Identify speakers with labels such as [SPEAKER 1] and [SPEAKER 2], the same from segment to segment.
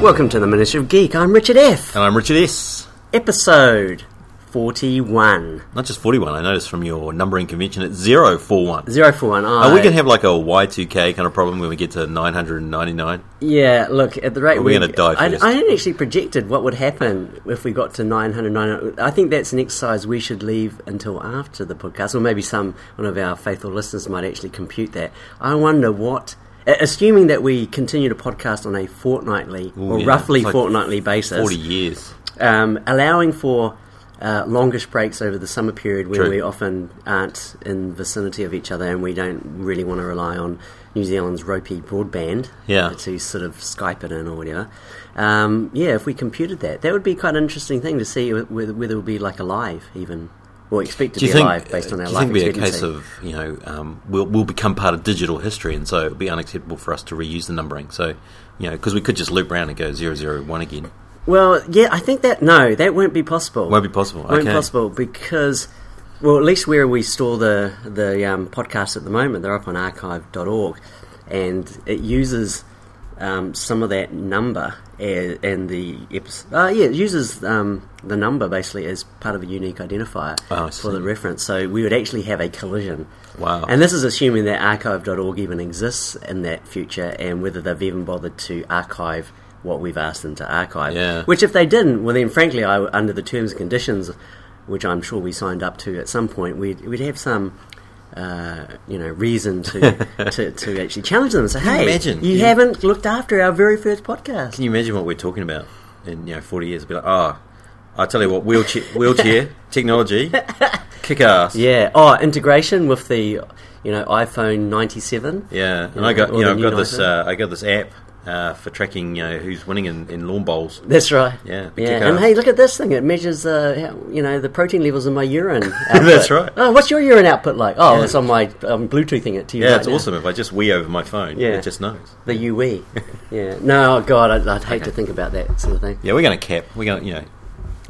[SPEAKER 1] Welcome to the Ministry of Geek. I'm Richard F.
[SPEAKER 2] And I'm Richard S.
[SPEAKER 1] Episode 41.
[SPEAKER 2] Not just 41, I noticed from your numbering convention, it's 041.
[SPEAKER 1] 041.
[SPEAKER 2] Are we going to have like a Y2K kind of problem when we get to 999?
[SPEAKER 1] Yeah, look, at the rate
[SPEAKER 2] we
[SPEAKER 1] we're
[SPEAKER 2] gonna die
[SPEAKER 1] I,
[SPEAKER 2] first?
[SPEAKER 1] I hadn't actually projected what would happen if we got to 909. I think that's an exercise we should leave until after the podcast, or maybe some one of our faithful listeners might actually compute that. I wonder what. a- Assuming that we continue to podcast on a fortnightly or
[SPEAKER 2] yeah,
[SPEAKER 1] roughly
[SPEAKER 2] it's like
[SPEAKER 1] fortnightly basis,
[SPEAKER 2] 40 years.
[SPEAKER 1] um, allowing for uh, longish breaks over the summer period when
[SPEAKER 2] True.
[SPEAKER 1] we often aren't in vicinity of each other and we don't really want to rely on New Zealand's ropey broadband
[SPEAKER 2] Yeah.
[SPEAKER 1] to sort of Skype it in or whatever. Um, yeah, if we computed that, that would be quite an interesting thing to see wh- whether, whether it would be like alive even. Or expect to
[SPEAKER 2] Do
[SPEAKER 1] be
[SPEAKER 2] you think, uh,
[SPEAKER 1] alive based on our
[SPEAKER 2] do you
[SPEAKER 1] life
[SPEAKER 2] think it'd be a
[SPEAKER 1] expectancy.
[SPEAKER 2] case of, you know, um, we'll, we'll become part of digital history and so it would be unacceptable for us to reuse the numbering? So, you know, because we could just loop round and go 001 again.
[SPEAKER 1] well, yeah, I think that no, that won't be possible.
[SPEAKER 2] Won't be possible.
[SPEAKER 1] won't
[SPEAKER 2] okay.
[SPEAKER 1] possible because well at least where we store the the um, podcasts at the moment they're up on archive.org and it uses um, some of that number a- and the episode, uh, yeah it uses um, the number basically as part of a unique identifier
[SPEAKER 2] Oh, I
[SPEAKER 1] for
[SPEAKER 2] see.
[SPEAKER 1] the reference so we would actually have a collision
[SPEAKER 2] Wow.
[SPEAKER 1] and this is assuming that archive.org even exists in that future and whether they've even bothered to archive what we've asked them to archive
[SPEAKER 2] Yeah.
[SPEAKER 1] which if they didn't well then frankly I, under the terms and conditions which i'm sure we signed up to at some point we'd, we'd have some uh, you know reason to, to to actually challenge them and say
[SPEAKER 2] you
[SPEAKER 1] hey
[SPEAKER 2] imagine?
[SPEAKER 1] you
[SPEAKER 2] You-
[SPEAKER 1] haven't looked after our very first podcast
[SPEAKER 2] Can you imagine what we're talking about in you know forty years? Be like, ah, I tell you what, wheelchair, wheelchair technology, kick ass.
[SPEAKER 1] yeah oh integration with the you know iphone 97
[SPEAKER 2] yeah. And
[SPEAKER 1] Yeah,
[SPEAKER 2] I got
[SPEAKER 1] or
[SPEAKER 2] you know I've
[SPEAKER 1] the
[SPEAKER 2] got
[SPEAKER 1] new
[SPEAKER 2] this
[SPEAKER 1] iPhone.
[SPEAKER 2] uh, I got this app uh, for tracking you know who's winning in, in lawn bowls.
[SPEAKER 1] That's right.
[SPEAKER 2] Yeah, we kick
[SPEAKER 1] yeah. And
[SPEAKER 2] ass.
[SPEAKER 1] hey, look at this thing. It measures, uh, how- you know, the protein levels in my urine. output.
[SPEAKER 2] That's right.
[SPEAKER 1] Oh, what's your urine output like? Oh, it's on my um, Bluetoothing it to you.
[SPEAKER 2] Yeah,
[SPEAKER 1] right
[SPEAKER 2] it's
[SPEAKER 1] now.
[SPEAKER 2] awesome. If I just wee over my phone,
[SPEAKER 1] Yeah.
[SPEAKER 2] it just knows.
[SPEAKER 1] The UE. yeah. No, God, I'd, I'd hate to think about that sort of thing.
[SPEAKER 2] Yeah, we're going to cap. We're going to you know.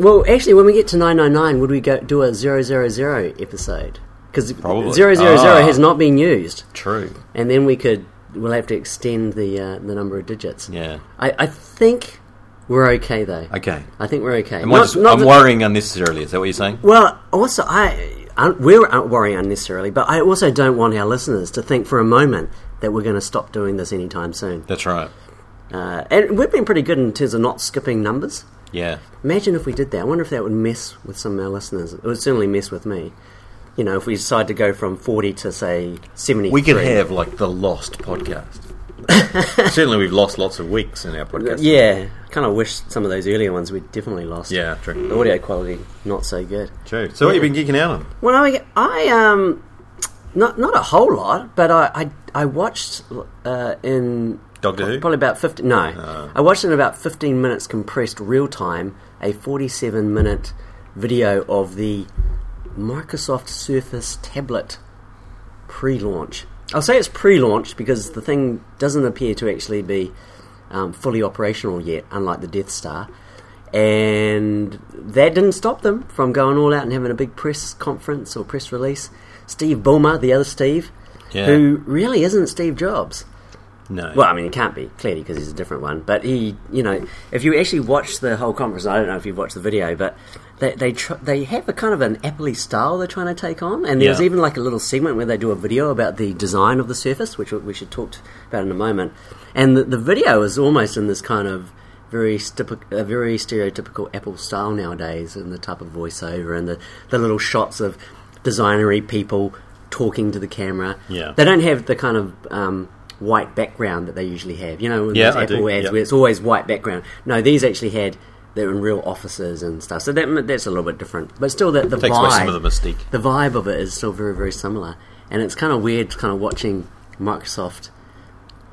[SPEAKER 1] Well, actually, when we get to 999, would we go do a 000 episode? Because 000
[SPEAKER 2] Probably. Ah.
[SPEAKER 1] has not been used.
[SPEAKER 2] True.
[SPEAKER 1] And then we could, we'll have to extend the, uh, the number of digits.
[SPEAKER 2] Yeah.
[SPEAKER 1] I, I think we're okay, though. I,
[SPEAKER 2] Okay.
[SPEAKER 1] think we're okay.
[SPEAKER 2] Am I
[SPEAKER 1] Not-
[SPEAKER 2] just-
[SPEAKER 1] not
[SPEAKER 2] I'm
[SPEAKER 1] that-
[SPEAKER 2] worrying unnecessarily. Is that what you're saying?
[SPEAKER 1] Well, also, I, I we're out worrying unnecessarily, but I also don't want our listeners to think for a moment that we're going to stop doing this anytime soon.
[SPEAKER 2] That's right.
[SPEAKER 1] Uh, and we've been pretty good in terms of not skipping numbers.
[SPEAKER 2] Yeah.
[SPEAKER 1] Imagine if we did that. I wonder if that would mess with some of our listeners. It would certainly mess with me. You know, if we decide to go from forty to say seventy,
[SPEAKER 2] We could have like the lost podcast. Certainly, we've lost lots of weeks in our podcast.
[SPEAKER 1] Yeah, I kind of wish some of those earlier ones we definitely lost.
[SPEAKER 2] Yeah. True.
[SPEAKER 1] the audio quality not so good.
[SPEAKER 2] True. So what you been geeking out on?
[SPEAKER 1] Well, I, I um, not not a whole lot, but I I, I watched uh, in
[SPEAKER 2] Doctor Who? Ah.
[SPEAKER 1] probably about fifty. No, I watched in about fifteen minutes compressed real time a forty-seven minute video of the Microsoft Surface tablet pre-launch. I'll say it's pre-launch because the thing doesn't appear to actually be um, fully operational yet, unlike the Death Star. And that didn't stop them from going all out and having a big press conference or press release. Steve Ballmer, the other Steve,
[SPEAKER 2] Yeah.
[SPEAKER 1] who really isn't Steve Jobs.
[SPEAKER 2] No.
[SPEAKER 1] Well, I mean, he can't be clearly because he's a different one. But he, you know, if you actually watch the whole conference, I don't know if you've watched the video, but they they tr- they have a kind of an apple style they're trying to take on, and there's
[SPEAKER 2] Yeah.
[SPEAKER 1] even like a little segment where they do a video about the design of the surface, which we- we should talk t- about in a moment. And the, the video is almost in this kind of very stipi- a very stereotypical Apple style nowadays, and the type of voiceover and the the little shots of designery people talking to the camera.
[SPEAKER 2] Yeah.
[SPEAKER 1] They don't have the kind of um, white background that they usually have. You know, in
[SPEAKER 2] Yeah,
[SPEAKER 1] those
[SPEAKER 2] I
[SPEAKER 1] Apple
[SPEAKER 2] do,
[SPEAKER 1] ads
[SPEAKER 2] yeah.
[SPEAKER 1] where it's always white background. No, these actually had they were in real offices and stuff. So that, that's a little bit different, but still, the, the
[SPEAKER 2] Takes away
[SPEAKER 1] vibe,
[SPEAKER 2] some of the mystique.
[SPEAKER 1] the vibe of it is still very very similar. And it's kind of weird, kind of watching Microsoft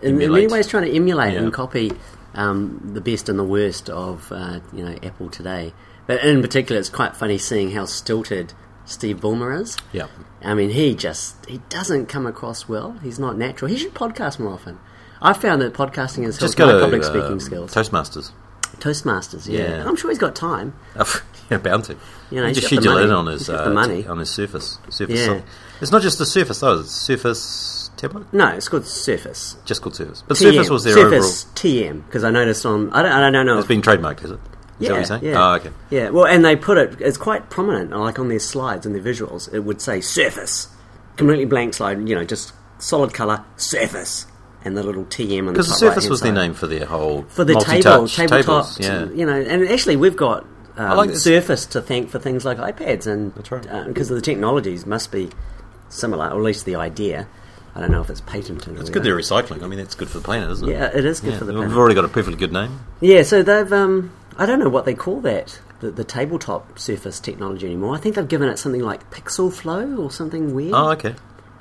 [SPEAKER 1] in, in many
[SPEAKER 2] Emulate.
[SPEAKER 1] ways trying to emulate
[SPEAKER 2] Yeah.
[SPEAKER 1] and copy um, the best and the worst of uh, you know Apple today. But in particular, it's quite funny seeing how stilted Steve Ballmer is.
[SPEAKER 2] Yeah.
[SPEAKER 1] I mean, he just he doesn't come across well. He's not natural. He should podcast more often. I found that podcasting has helped
[SPEAKER 2] Just
[SPEAKER 1] my
[SPEAKER 2] go to
[SPEAKER 1] public
[SPEAKER 2] uh,
[SPEAKER 1] speaking skills.
[SPEAKER 2] Toastmasters.
[SPEAKER 1] Toastmasters, yeah.
[SPEAKER 2] Yeah.
[SPEAKER 1] I'm sure he's got time.
[SPEAKER 2] yeah, bound to.
[SPEAKER 1] You know,
[SPEAKER 2] He
[SPEAKER 1] he's
[SPEAKER 2] just
[SPEAKER 1] got the
[SPEAKER 2] schedule
[SPEAKER 1] money.
[SPEAKER 2] it on his
[SPEAKER 1] He's got
[SPEAKER 2] uh,
[SPEAKER 1] the money.
[SPEAKER 2] t- on his Surface. Surface.
[SPEAKER 1] Yeah.
[SPEAKER 2] Song. It's not just the Surface though. It's Surface tablet?
[SPEAKER 1] No, it's called Surface.
[SPEAKER 2] Just called Surface. But
[SPEAKER 1] TM.
[SPEAKER 2] Surface was their
[SPEAKER 1] Surface TM because I noticed on I don't I don't know
[SPEAKER 2] overall.
[SPEAKER 1] if
[SPEAKER 2] It's been trademarked, is it? Is that what you're saying?
[SPEAKER 1] Yeah.
[SPEAKER 2] Oh, okay.
[SPEAKER 1] Yeah. Well, and they put it. It's quite prominent, like on their slides and their visuals. It would say Surface, completely blank slide. You know, just solid color Surface, and the little TM. on
[SPEAKER 2] Because
[SPEAKER 1] the
[SPEAKER 2] the
[SPEAKER 1] top
[SPEAKER 2] Surface
[SPEAKER 1] right-hand
[SPEAKER 2] was their
[SPEAKER 1] side.
[SPEAKER 2] name for their whole
[SPEAKER 1] for the table, tabletops.
[SPEAKER 2] multi-touch tables. Yeah.
[SPEAKER 1] You know, and actually we've got. Um,
[SPEAKER 2] like this.
[SPEAKER 1] Surface to thank for things like iPads and
[SPEAKER 2] That's right.
[SPEAKER 1] because the technologies must be similar, or at least the idea. I don't know if it's patented.
[SPEAKER 2] It's good they're recycling. I mean, that's good for the planet, isn't it?
[SPEAKER 1] Yeah, it is good for the planet.
[SPEAKER 2] We've already got a perfectly good name.
[SPEAKER 1] Yeah, so they've um, I don't know what they call that the, the tabletop surface technology anymore. I think they've given it something like Pixel Flow or something weird,
[SPEAKER 2] Oh, okay.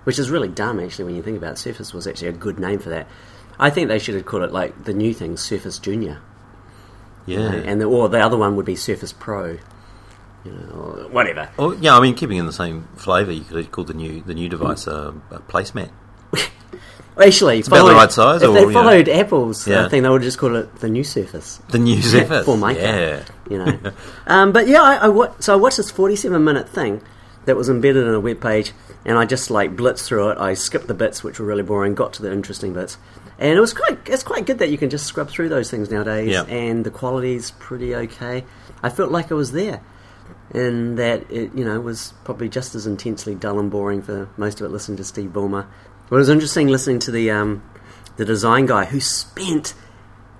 [SPEAKER 1] which is really dumb actually when you think about it. Surface was actually a good name for that. I think they should have called it like the new thing Surface Junior,
[SPEAKER 2] Yeah.
[SPEAKER 1] and the, or the other one would be Surface Pro, you know, or whatever.
[SPEAKER 2] Oh, yeah, I mean, keeping in the same flavour, you could have called the new the new device a, a placemat.
[SPEAKER 1] Actually,
[SPEAKER 2] about the
[SPEAKER 1] followed-
[SPEAKER 2] right size,
[SPEAKER 1] If
[SPEAKER 2] or,
[SPEAKER 1] they
[SPEAKER 2] you know.
[SPEAKER 1] followed Apple's uh,
[SPEAKER 2] Yeah.
[SPEAKER 1] thing, they would just call it the new Surface.
[SPEAKER 2] The new Zephyr.
[SPEAKER 1] for Micah.
[SPEAKER 2] Yeah.
[SPEAKER 1] you know. um, but yeah, I, I wa- so I watched this 47 minute thing that was embedded in a web page, and I just like blitzed through it. I skipped the bits which were really boring, got to the interesting bits, and it was quite it's quite good that you can just scrub through those things nowadays,
[SPEAKER 2] Yeah.
[SPEAKER 1] and the quality's pretty okay. I felt like I was there. And that it, you know, was probably just as intensely dull and boring for most of it listening to Steve Ballmer. But it was interesting listening to the um, the design guy who spent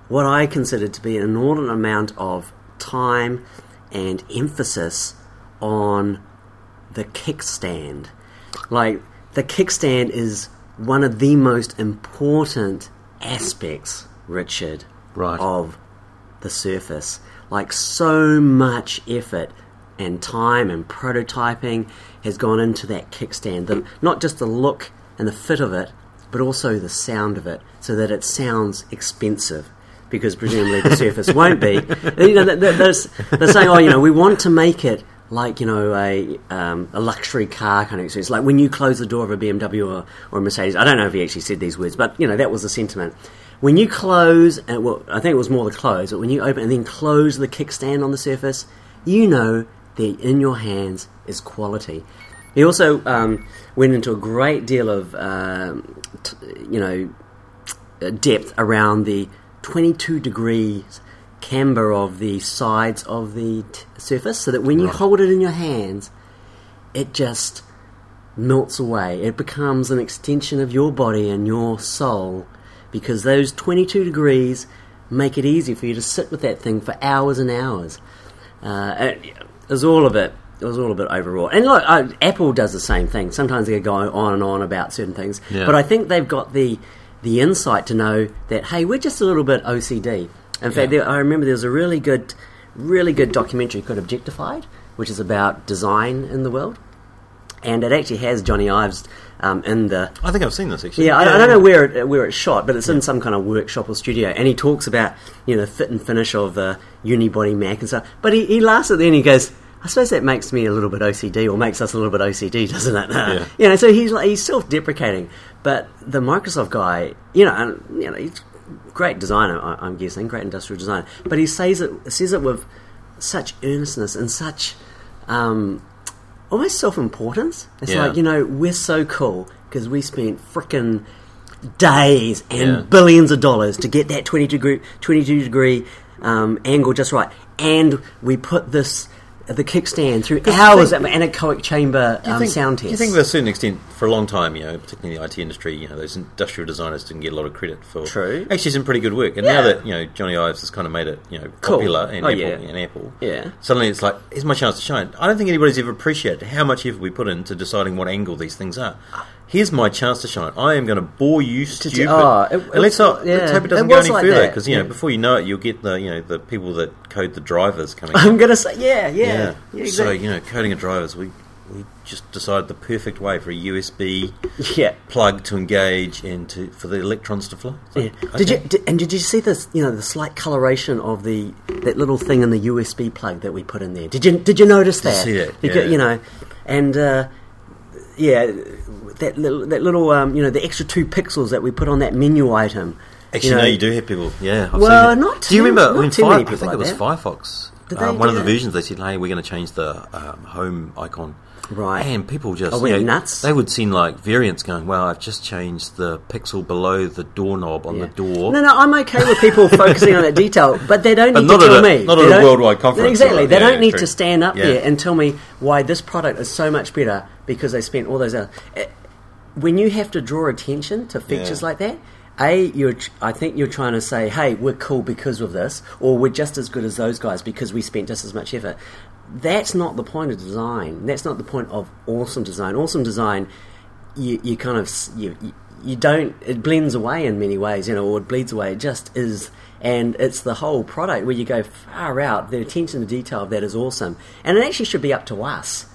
[SPEAKER 1] what I considered to be an inordinate amount of time and emphasis on the kickstand. Like, the kickstand is one of the most important aspects, Richard,
[SPEAKER 2] Right.
[SPEAKER 1] of the surface. Like, so much effort and time and prototyping has gone into that kickstand. The, not just the look and the fit of it, but also the sound of it, so that it sounds expensive. Because presumably the surface won't be. You know, they're, they're, s- they're saying, "Oh, you know, we want to make it like you know a um, a luxury car kind of experience, like when you close the door of a BMW or, or a Mercedes." I don't know if he actually said these words, but you know that was the sentiment. When you close, uh, well, I think it was more the close, but when you open and then close the kickstand on the surface, you know that in your hands is quality. He also um, went into a great deal of um, t- you know uh, depth around the 22 degrees camber of the sides of the t- surface so that when you hold it in your hands, it just melts away. It becomes an extension of your body and your soul because those 22 degrees make it easy for you to sit with that thing for hours and hours. Uh, it, it was all a bit. It was all a bit overwrought. And look, uh, Apple does the same thing. Sometimes they go on and on about certain things,
[SPEAKER 2] Yeah.
[SPEAKER 1] but I think they've got the the insight to know that hey, we're just a little bit OCD. In fact,
[SPEAKER 2] Yeah.
[SPEAKER 1] there, I remember there was a really good, really good documentary called Objectified, which is about design in the world, and it actually has Johnny Ives um, in the
[SPEAKER 2] I think I've seen this, actually.
[SPEAKER 1] yeah, I, I don't know where it where it's shot, but it's in some kind of workshop or studio, and he talks about you know the fit and finish of the unibody Mac and stuff. But he, he laughs at the end. He goes, "I suppose that makes me a little bit OCD, or makes us a little bit OCD, doesn't it?"
[SPEAKER 2] Yeah.
[SPEAKER 1] You know, so he's like, he's self deprecating, but the Microsoft guy, you know, and, you know, he's a great designer, I, I'm guessing, great industrial designer, but he says it says it with such earnestness and such. Um, almost self-importance. It's
[SPEAKER 2] Yeah.
[SPEAKER 1] like you know we're so cool because we spent frickin' days and
[SPEAKER 2] Yeah.
[SPEAKER 1] billions of dollars to get that 22 degree 22 degree um, angle just right, and we put this the kickstand through hours at an anechoic chamber
[SPEAKER 2] Do you
[SPEAKER 1] um,
[SPEAKER 2] think-
[SPEAKER 1] sound
[SPEAKER 2] do
[SPEAKER 1] test.
[SPEAKER 2] You think, to a certain extent, for a long time, you know, particularly in the IT industry, you know, those industrial designers didn't get a lot of credit for
[SPEAKER 1] True.
[SPEAKER 2] actually some pretty good work. And now
[SPEAKER 1] Yeah.
[SPEAKER 2] that you know Johnny Ives has kind of made it, you know,
[SPEAKER 1] Cool.
[SPEAKER 2] popular in
[SPEAKER 1] Oh,
[SPEAKER 2] Apple,
[SPEAKER 1] yeah.
[SPEAKER 2] in Apple,
[SPEAKER 1] Yeah.
[SPEAKER 2] Suddenly, it's like here's my chance to shine. I don't think anybody's ever appreciated how much effort we put into deciding what angle these things are. Here's my chance to shine. I am going to bore you stupid.
[SPEAKER 1] oh, it-
[SPEAKER 2] and let's not.
[SPEAKER 1] yeah.
[SPEAKER 2] Let's hope it
[SPEAKER 1] It
[SPEAKER 2] doesn't go
[SPEAKER 1] was
[SPEAKER 2] any
[SPEAKER 1] like
[SPEAKER 2] further
[SPEAKER 1] that.
[SPEAKER 2] because you know
[SPEAKER 1] Yeah.
[SPEAKER 2] before you know it, you'll get the you know the people that code the drivers coming.
[SPEAKER 1] I'm gonna say yeah, yeah, yeah,
[SPEAKER 2] So
[SPEAKER 1] exactly.
[SPEAKER 2] you know, coding of drivers, we we just decided the perfect way for a USB
[SPEAKER 1] yeah.
[SPEAKER 2] plug to engage and to for the electrons to flow. So,
[SPEAKER 1] Yeah. Did you
[SPEAKER 2] okay.
[SPEAKER 1] did, and did you see this? You know the slight coloration of the that little thing in the USB plug that we put in there. Did you did you notice that?
[SPEAKER 2] see that?
[SPEAKER 1] Because,
[SPEAKER 2] Yeah.
[SPEAKER 1] You know, and uh, yeah, that little that little um, you know the extra two pixels that we put on that menu item.
[SPEAKER 2] Actually,
[SPEAKER 1] know-
[SPEAKER 2] no, you do have people. Yeah, I've
[SPEAKER 1] Well,
[SPEAKER 2] seen it.
[SPEAKER 1] not
[SPEAKER 2] Do you
[SPEAKER 1] too-
[SPEAKER 2] remember
[SPEAKER 1] not
[SPEAKER 2] when
[SPEAKER 1] too many
[SPEAKER 2] Fire-
[SPEAKER 1] people
[SPEAKER 2] I think
[SPEAKER 1] like
[SPEAKER 2] it was
[SPEAKER 1] that.
[SPEAKER 2] Firefox
[SPEAKER 1] Did
[SPEAKER 2] Uh,
[SPEAKER 1] they
[SPEAKER 2] one of
[SPEAKER 1] do
[SPEAKER 2] the
[SPEAKER 1] that?
[SPEAKER 2] versions, they said, "Hey, we're going to change the um, home icon."
[SPEAKER 1] Right.
[SPEAKER 2] and people just
[SPEAKER 1] I went
[SPEAKER 2] you know,
[SPEAKER 1] nuts.
[SPEAKER 2] They would send like variants going, "Well, I've just changed the pixel below the doorknob on the door."
[SPEAKER 1] No, no, I'm okay with people focusing on that detail, but they don't
[SPEAKER 2] But
[SPEAKER 1] need
[SPEAKER 2] not
[SPEAKER 1] to tell
[SPEAKER 2] at a-
[SPEAKER 1] me.
[SPEAKER 2] not
[SPEAKER 1] They
[SPEAKER 2] at a
[SPEAKER 1] don't-
[SPEAKER 2] worldwide conference,
[SPEAKER 1] Exactly.
[SPEAKER 2] right?
[SPEAKER 1] They
[SPEAKER 2] Yeah,
[SPEAKER 1] don't need
[SPEAKER 2] true.
[SPEAKER 1] to stand up
[SPEAKER 2] Yeah.
[SPEAKER 1] there and tell me why this product is so much better because they spent all those hours. Eh, When you have to draw attention to features
[SPEAKER 2] Yeah.
[SPEAKER 1] like that, a you're tr- I think you're trying to say, hey, we're cool because of this, or we're just as good as those guys because we spent just as much effort. That's not the point of design. That's not the point of awesome design. Awesome design you, you kind of s- you, you you don't it blends away in many ways you know or it bleeds away it just is and it's the whole product where you go far out the attention to detail of that is awesome and it actually should be up to us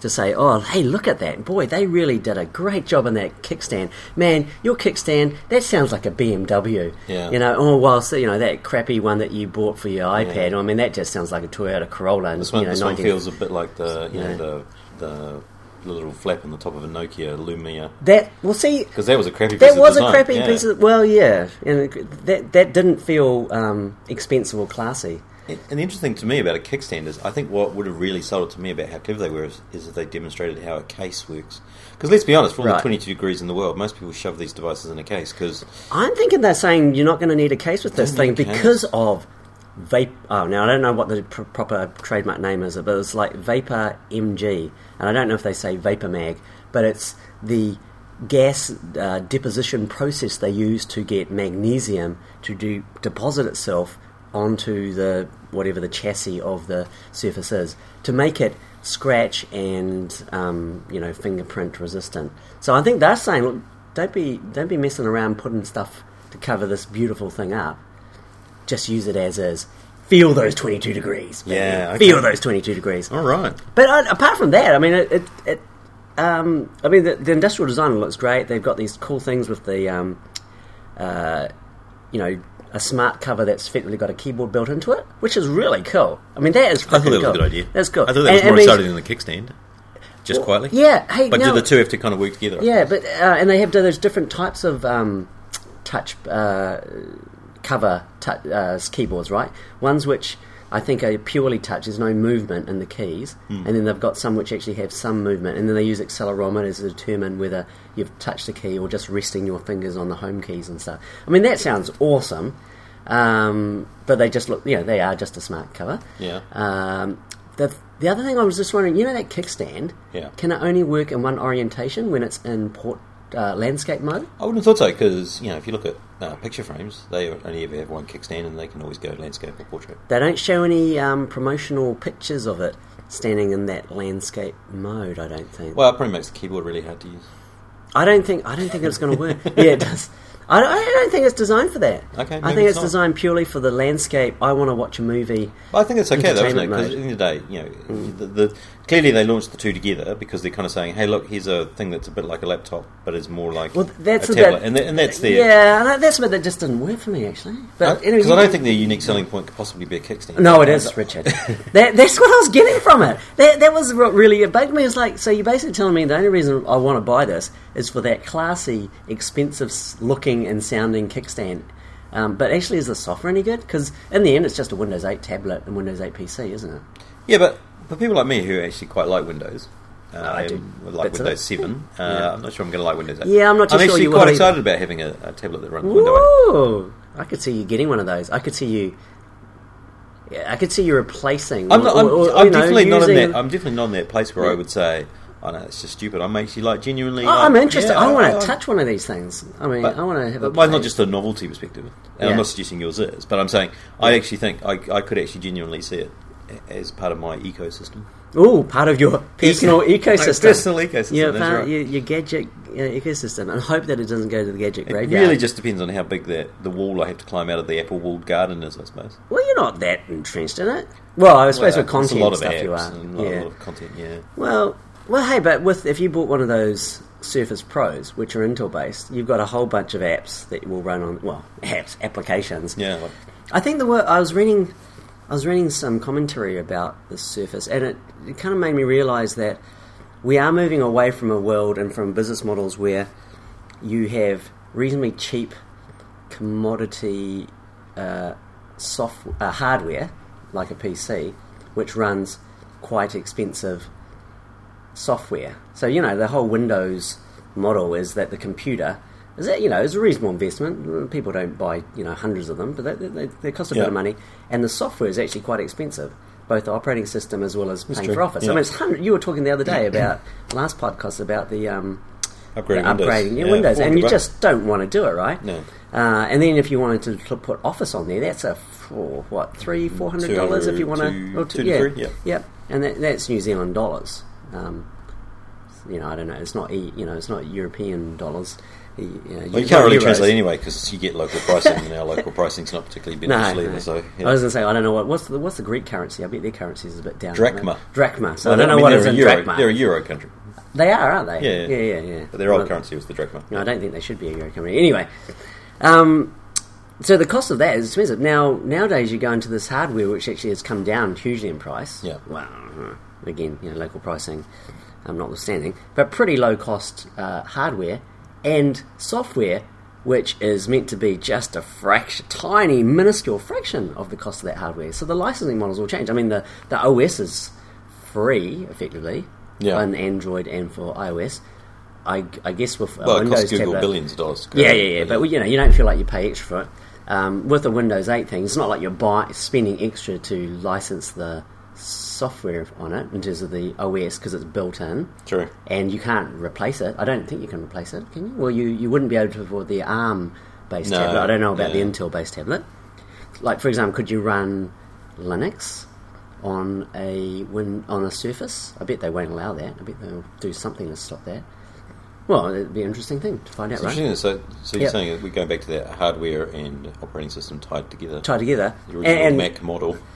[SPEAKER 1] to say oh hey look at that boy they really did a great job on that kickstand man your kickstand that sounds like a bmw
[SPEAKER 2] Yeah.
[SPEAKER 1] you know oh well so you know that crappy one that you bought for your ipad i mean that just sounds like a toyota corolla and
[SPEAKER 2] This one,
[SPEAKER 1] you know,
[SPEAKER 2] this one
[SPEAKER 1] 19
[SPEAKER 2] feels a bit like the you
[SPEAKER 1] Yeah.
[SPEAKER 2] know the the little flap on the top of a Nokia Lumia
[SPEAKER 1] that well see
[SPEAKER 2] because that was a crappy. piece
[SPEAKER 1] That
[SPEAKER 2] of
[SPEAKER 1] was a
[SPEAKER 2] design.
[SPEAKER 1] crappy
[SPEAKER 2] Yeah.
[SPEAKER 1] piece of. Well, yeah, and it- that that didn't feel um, expensive or classy.
[SPEAKER 2] And and the interesting to me about a kickstand is, I think what would have really sold it to me about how clever they were is, is if they demonstrated how a case works. Because let's be honest, for all
[SPEAKER 1] Right.
[SPEAKER 2] the 22 degrees in the world, most people shove these devices in a case because
[SPEAKER 1] I'm thinking they're saying you're not going to need a case with this
[SPEAKER 2] Don't
[SPEAKER 1] thing
[SPEAKER 2] need a case.
[SPEAKER 1] because of vape. Oh, now I don't know what the pr- proper trademark name is, but it's like Vapor MG, and I don't know if they say Vapor Mag, but it's the gas uh, deposition process they use to get magnesium to do, deposit itself onto the whatever the chassis of the surface is to make it scratch and um, you know fingerprint resistant. So I think they're saying, look, don't be don't be messing around putting stuff to cover this beautiful thing up. Just use it as is. Feel those twenty two degrees. baby.
[SPEAKER 2] Yeah, okay.
[SPEAKER 1] feel those twenty two degrees.
[SPEAKER 2] all right,
[SPEAKER 1] But uh, apart from that, I mean, it. it, it um, I mean, the, the industrial design looks great. They've got these cool things with the, um, uh, you know, a smart cover that's effectively got a keyboard built into it, which is really cool. I mean, that is.
[SPEAKER 2] I thought
[SPEAKER 1] fucking
[SPEAKER 2] that was
[SPEAKER 1] cool.
[SPEAKER 2] a good idea.
[SPEAKER 1] That's cool.
[SPEAKER 2] I thought that
[SPEAKER 1] And-
[SPEAKER 2] was
[SPEAKER 1] and
[SPEAKER 2] more
[SPEAKER 1] means-
[SPEAKER 2] exciting than the kickstand, just quietly.
[SPEAKER 1] Yeah, hey,
[SPEAKER 2] but
[SPEAKER 1] no,
[SPEAKER 2] do the two have to kind of work together? I
[SPEAKER 1] yeah,
[SPEAKER 2] suppose?
[SPEAKER 1] but uh, and they have those different types of um, touch uh, cover tou- uh, keyboards, right? Ones which I think are purely touch. There's no movement in the keys, and then they've got some which actually have some movement, and then they use accelerometers to determine whether you've touched the key or just resting your fingers on the home keys and stuff. I mean, that sounds awesome. Um, but they just look, you know, they are just a smart cover.
[SPEAKER 2] Yeah.
[SPEAKER 1] Um, the, the other thing I was just wondering, you know, that kickstand.
[SPEAKER 2] Yeah.
[SPEAKER 1] Can it only work in one orientation when it's in port uh, landscape mode?
[SPEAKER 2] I wouldn't have thought so because you know if you look at uh, picture frames, they only ever have one kickstand, and they can always go landscape or portrait.
[SPEAKER 1] They don't show any um, promotional pictures of it standing in that landscape mode. I don't think.
[SPEAKER 2] Well, it probably makes the keyboard really hard to use.
[SPEAKER 1] I don't think. I don't think it's going to work. yeah, it does. I don't, I don't think it's designed for that.
[SPEAKER 2] Okay,
[SPEAKER 1] I
[SPEAKER 2] maybe
[SPEAKER 1] think
[SPEAKER 2] it's
[SPEAKER 1] it's
[SPEAKER 2] not.
[SPEAKER 1] designed purely for the landscape. I want to watch a movie.
[SPEAKER 2] But I think it's okay though, isn't it? Because at the
[SPEAKER 1] Entertainment
[SPEAKER 2] end of the day, you know,
[SPEAKER 1] Hmm.
[SPEAKER 2] the, the, clearly they launched the two together because they're kind of saying, "Hey, look, here's a thing that's a bit like a laptop, but it's more like
[SPEAKER 1] Well, that's
[SPEAKER 2] a
[SPEAKER 1] the bit-
[SPEAKER 2] tablet," and, th- and that's their
[SPEAKER 1] Yeah, and that- that's a bit that just didn't work for me actually. But
[SPEAKER 2] Because
[SPEAKER 1] anyway,
[SPEAKER 2] I
[SPEAKER 1] you-
[SPEAKER 2] don't think their unique selling point could possibly be a kickstand. Uh,
[SPEAKER 1] No, it is, Richard. that, that's what I was getting from it. That, that was what really it bugged me. It's like, so you're basically telling me the only reason I want to buy this is for that classy, expensive s- looking and sounding kickstand. Um, but actually, is the software any good? Because in the end, it's just a Windows 8 tablet and Windows 8 PC, isn't it?
[SPEAKER 2] Yeah, but for people like me who actually quite like Windows, uh, I
[SPEAKER 1] do.
[SPEAKER 2] like
[SPEAKER 1] Bits of
[SPEAKER 2] Windows
[SPEAKER 1] it.
[SPEAKER 2] Seven. Uh,
[SPEAKER 1] Yeah.
[SPEAKER 2] I'm not sure I'm going to like Windows Eight.
[SPEAKER 1] Yeah, I'm not too
[SPEAKER 2] I'm
[SPEAKER 1] sure
[SPEAKER 2] actually
[SPEAKER 1] you
[SPEAKER 2] quite
[SPEAKER 1] will
[SPEAKER 2] excited about having a, a tablet that runs Windows.
[SPEAKER 1] Ooh, I could see you getting one of those. I could see you. Yeah, I could see you replacing.
[SPEAKER 2] I'm, not,
[SPEAKER 1] or-
[SPEAKER 2] I'm,
[SPEAKER 1] or- or,
[SPEAKER 2] I'm
[SPEAKER 1] you know,
[SPEAKER 2] definitely not in
[SPEAKER 1] using-
[SPEAKER 2] that. I'm definitely not in that place where I would say, "Oh no, it's just stupid." I'm actually like genuinely.
[SPEAKER 1] Oh, I'm
[SPEAKER 2] like,
[SPEAKER 1] interested.
[SPEAKER 2] yeah,
[SPEAKER 1] I want to
[SPEAKER 2] I-
[SPEAKER 1] touch one of these things. I mean, I want to have a.
[SPEAKER 2] Mine's
[SPEAKER 1] play.
[SPEAKER 2] not just a novelty perspective, and
[SPEAKER 1] Yeah.
[SPEAKER 2] I'm not suggesting yours is, but I'm saying I actually think I, I could actually genuinely see it a- as part of my ecosystem.
[SPEAKER 1] Oh, part of your personal ecosystem.
[SPEAKER 2] My personal ecosystem.
[SPEAKER 1] Your,
[SPEAKER 2] that's
[SPEAKER 1] fa-
[SPEAKER 2] right.
[SPEAKER 1] your, your gadget uh, ecosystem, and hope that it doesn't go to the gadget
[SPEAKER 2] It
[SPEAKER 1] graveyard.
[SPEAKER 2] really just depends on how big the the wall I have to climb out of the apple walled garden is, I suppose.
[SPEAKER 1] Well, you're not that entrenched in it. Well, I suppose with
[SPEAKER 2] Well, it's
[SPEAKER 1] content
[SPEAKER 2] a lot of
[SPEAKER 1] stuff
[SPEAKER 2] apps
[SPEAKER 1] you are.
[SPEAKER 2] and a lot,
[SPEAKER 1] yeah.
[SPEAKER 2] a lot of content. Yeah,
[SPEAKER 1] Well, well, hey, but with if you bought one of those Surface Pros, which are Intel based, you've got a whole bunch of apps that will run on. Well, apps applications.
[SPEAKER 2] yeah. Like,
[SPEAKER 1] I think the word I was reading, I was reading some commentary about the Surface, and it, it kind of made me realise that we are moving away from a world and from business models where you have reasonably cheap commodity uh, soft uh, hardware like a PC, which runs quite expensive software. So you know the whole Windows model is that the computer is that you know is a reasonable investment. People don't buy you know hundreds of them, but they, they, they cost a bit
[SPEAKER 2] Yeah.
[SPEAKER 1] of money, and the software is actually quite expensive, both the operating system as well as paying
[SPEAKER 2] true.
[SPEAKER 1] for Office. I
[SPEAKER 2] Yeah.
[SPEAKER 1] mean, it's hundred. You were talking the other day about last podcast about the um,
[SPEAKER 2] Upgrading,
[SPEAKER 1] upgrading
[SPEAKER 2] Windows.
[SPEAKER 1] your
[SPEAKER 2] Yeah,
[SPEAKER 1] Windows, and
[SPEAKER 2] 400
[SPEAKER 1] you
[SPEAKER 2] bucks.
[SPEAKER 1] just don't want to do it, right?
[SPEAKER 2] No.
[SPEAKER 1] Uh, and then if you wanted to pl- put Office on there, that's a four, what three four hundred dollars if you want
[SPEAKER 2] Mm, two-
[SPEAKER 1] to.
[SPEAKER 2] two to three, yeah.
[SPEAKER 1] Yep, and that, that's New Zealand dollars. Um, you know, I don't know. It's not E- you know, it's not European dollars. E- you, know,
[SPEAKER 2] Well, you
[SPEAKER 1] euros.
[SPEAKER 2] can't really translate anyway because you get local pricing, and our local pricing's not particularly
[SPEAKER 1] No,
[SPEAKER 2] beneficial either.
[SPEAKER 1] no.
[SPEAKER 2] So, yeah.
[SPEAKER 1] I was going to say I don't know what what's the what's the Greek currency. I bet their currency is a bit down.
[SPEAKER 2] Drachma.
[SPEAKER 1] Drachma. So
[SPEAKER 2] Well,
[SPEAKER 1] I don't know
[SPEAKER 2] mean,
[SPEAKER 1] what
[SPEAKER 2] they're
[SPEAKER 1] is
[SPEAKER 2] a
[SPEAKER 1] in
[SPEAKER 2] Euro,
[SPEAKER 1] drachma.
[SPEAKER 2] They're a Euro country,
[SPEAKER 1] They are, aren't they?
[SPEAKER 2] Yeah, yeah.
[SPEAKER 1] yeah, yeah. yeah.
[SPEAKER 2] but their old
[SPEAKER 1] Well,
[SPEAKER 2] currency was the drachma.
[SPEAKER 1] No, I don't think they should be a euro company. Anyway, um, so the cost of that is expensive. Now nowadays you go into this hardware which actually has come down hugely in price.
[SPEAKER 2] Yeah.
[SPEAKER 1] Well, uh, again, you know, local pricing, um, notwithstanding, but pretty low cost uh, hardware and software. Which is meant to be just a fraction, tiny, minuscule fraction of the cost of that hardware. So the licensing models will change. I mean, the, the OS is free, effectively,
[SPEAKER 2] Yeah.
[SPEAKER 1] on Android and for iOS. I, I guess with a
[SPEAKER 2] Well, it
[SPEAKER 1] Windows
[SPEAKER 2] costs Google
[SPEAKER 1] tablet-
[SPEAKER 2] billions of dollars. To
[SPEAKER 1] Yeah,
[SPEAKER 2] create
[SPEAKER 1] yeah, yeah.
[SPEAKER 2] it,
[SPEAKER 1] But you know, you don't feel like you pay extra for it. Um, with the Windows 8 thing, it's not like you're buy, spending extra to license the software on it in terms of the OS because it's built in,
[SPEAKER 2] true.
[SPEAKER 1] and you can't replace it. I don't think you can replace it, can you? Well, you, you wouldn't be able to for the ARM based
[SPEAKER 2] No,
[SPEAKER 1] tablet. I don't know about
[SPEAKER 2] yeah.
[SPEAKER 1] the Intel based tablet. Like for example, could you run Linux on a win on a Surface? I bet they won't allow that. I bet they'll do something to stop that. Well, it'd be an interesting thing to find out,
[SPEAKER 2] It's
[SPEAKER 1] right?
[SPEAKER 2] interesting. So, so you're
[SPEAKER 1] Yeah.
[SPEAKER 2] saying that we're going back to that hardware and operating system tied together.
[SPEAKER 1] tied together.
[SPEAKER 2] the original
[SPEAKER 1] and,
[SPEAKER 2] Mac model.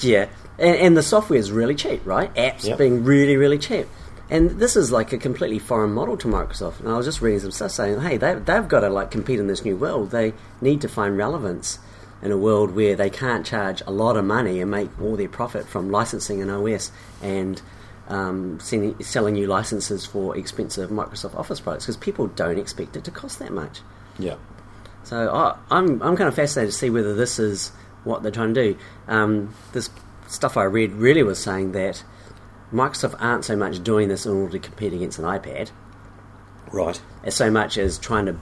[SPEAKER 1] Yeah, and, and the software is really cheap, right? Apps
[SPEAKER 2] Yep.
[SPEAKER 1] being really, really cheap. And this is like a completely foreign model to Microsoft. And I was just reading some stuff saying, hey, they, they've got to like compete in this new world. They need to find relevance in a world where they can't charge a lot of money and make all their profit from licensing an OS and um, sending, selling you licenses for expensive Microsoft Office products because people don't expect it to cost that much.
[SPEAKER 2] Yeah.
[SPEAKER 1] So I, I'm I'm kind of fascinated to see whether this is what they're trying to do. Um, this stuff I read really was saying that Microsoft aren't so much doing this in order to compete against an iPad,
[SPEAKER 2] Right.
[SPEAKER 1] as so much as trying to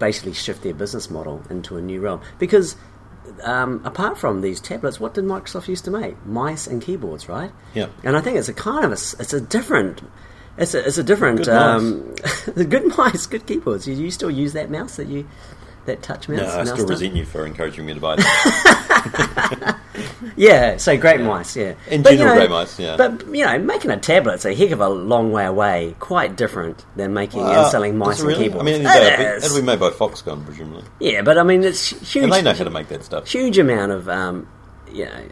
[SPEAKER 1] basically shift their business model into a new realm. Because um, apart from these tablets, what did Microsoft used to make? Mice and keyboards, right?
[SPEAKER 2] Yeah.
[SPEAKER 1] And I think it's a kind of a s- it's a different. It's a, it's a different
[SPEAKER 2] Good
[SPEAKER 1] um, good mice, good keyboards. You, you still use that mouse that you that touch mouse.
[SPEAKER 2] No, Uh, I
[SPEAKER 1] mouse
[SPEAKER 2] still
[SPEAKER 1] touch?
[SPEAKER 2] resent you for encouraging me to buy that.
[SPEAKER 1] Yeah, so great mice, yeah.
[SPEAKER 2] In
[SPEAKER 1] But, you
[SPEAKER 2] general,
[SPEAKER 1] know,
[SPEAKER 2] great mice, yeah.
[SPEAKER 1] But, you know, making a tablet's a heck of a long way away, quite different than making
[SPEAKER 2] Uh,
[SPEAKER 1] and selling mice
[SPEAKER 2] does it
[SPEAKER 1] and
[SPEAKER 2] really?
[SPEAKER 1] keyboards.
[SPEAKER 2] I mean,
[SPEAKER 1] It
[SPEAKER 2] it'll be,
[SPEAKER 1] is.
[SPEAKER 2] it'll be made by Foxconn, presumably.
[SPEAKER 1] yeah, but I mean, it's huge.
[SPEAKER 2] And they know how to make that stuff.
[SPEAKER 1] Huge amount of, um, you know,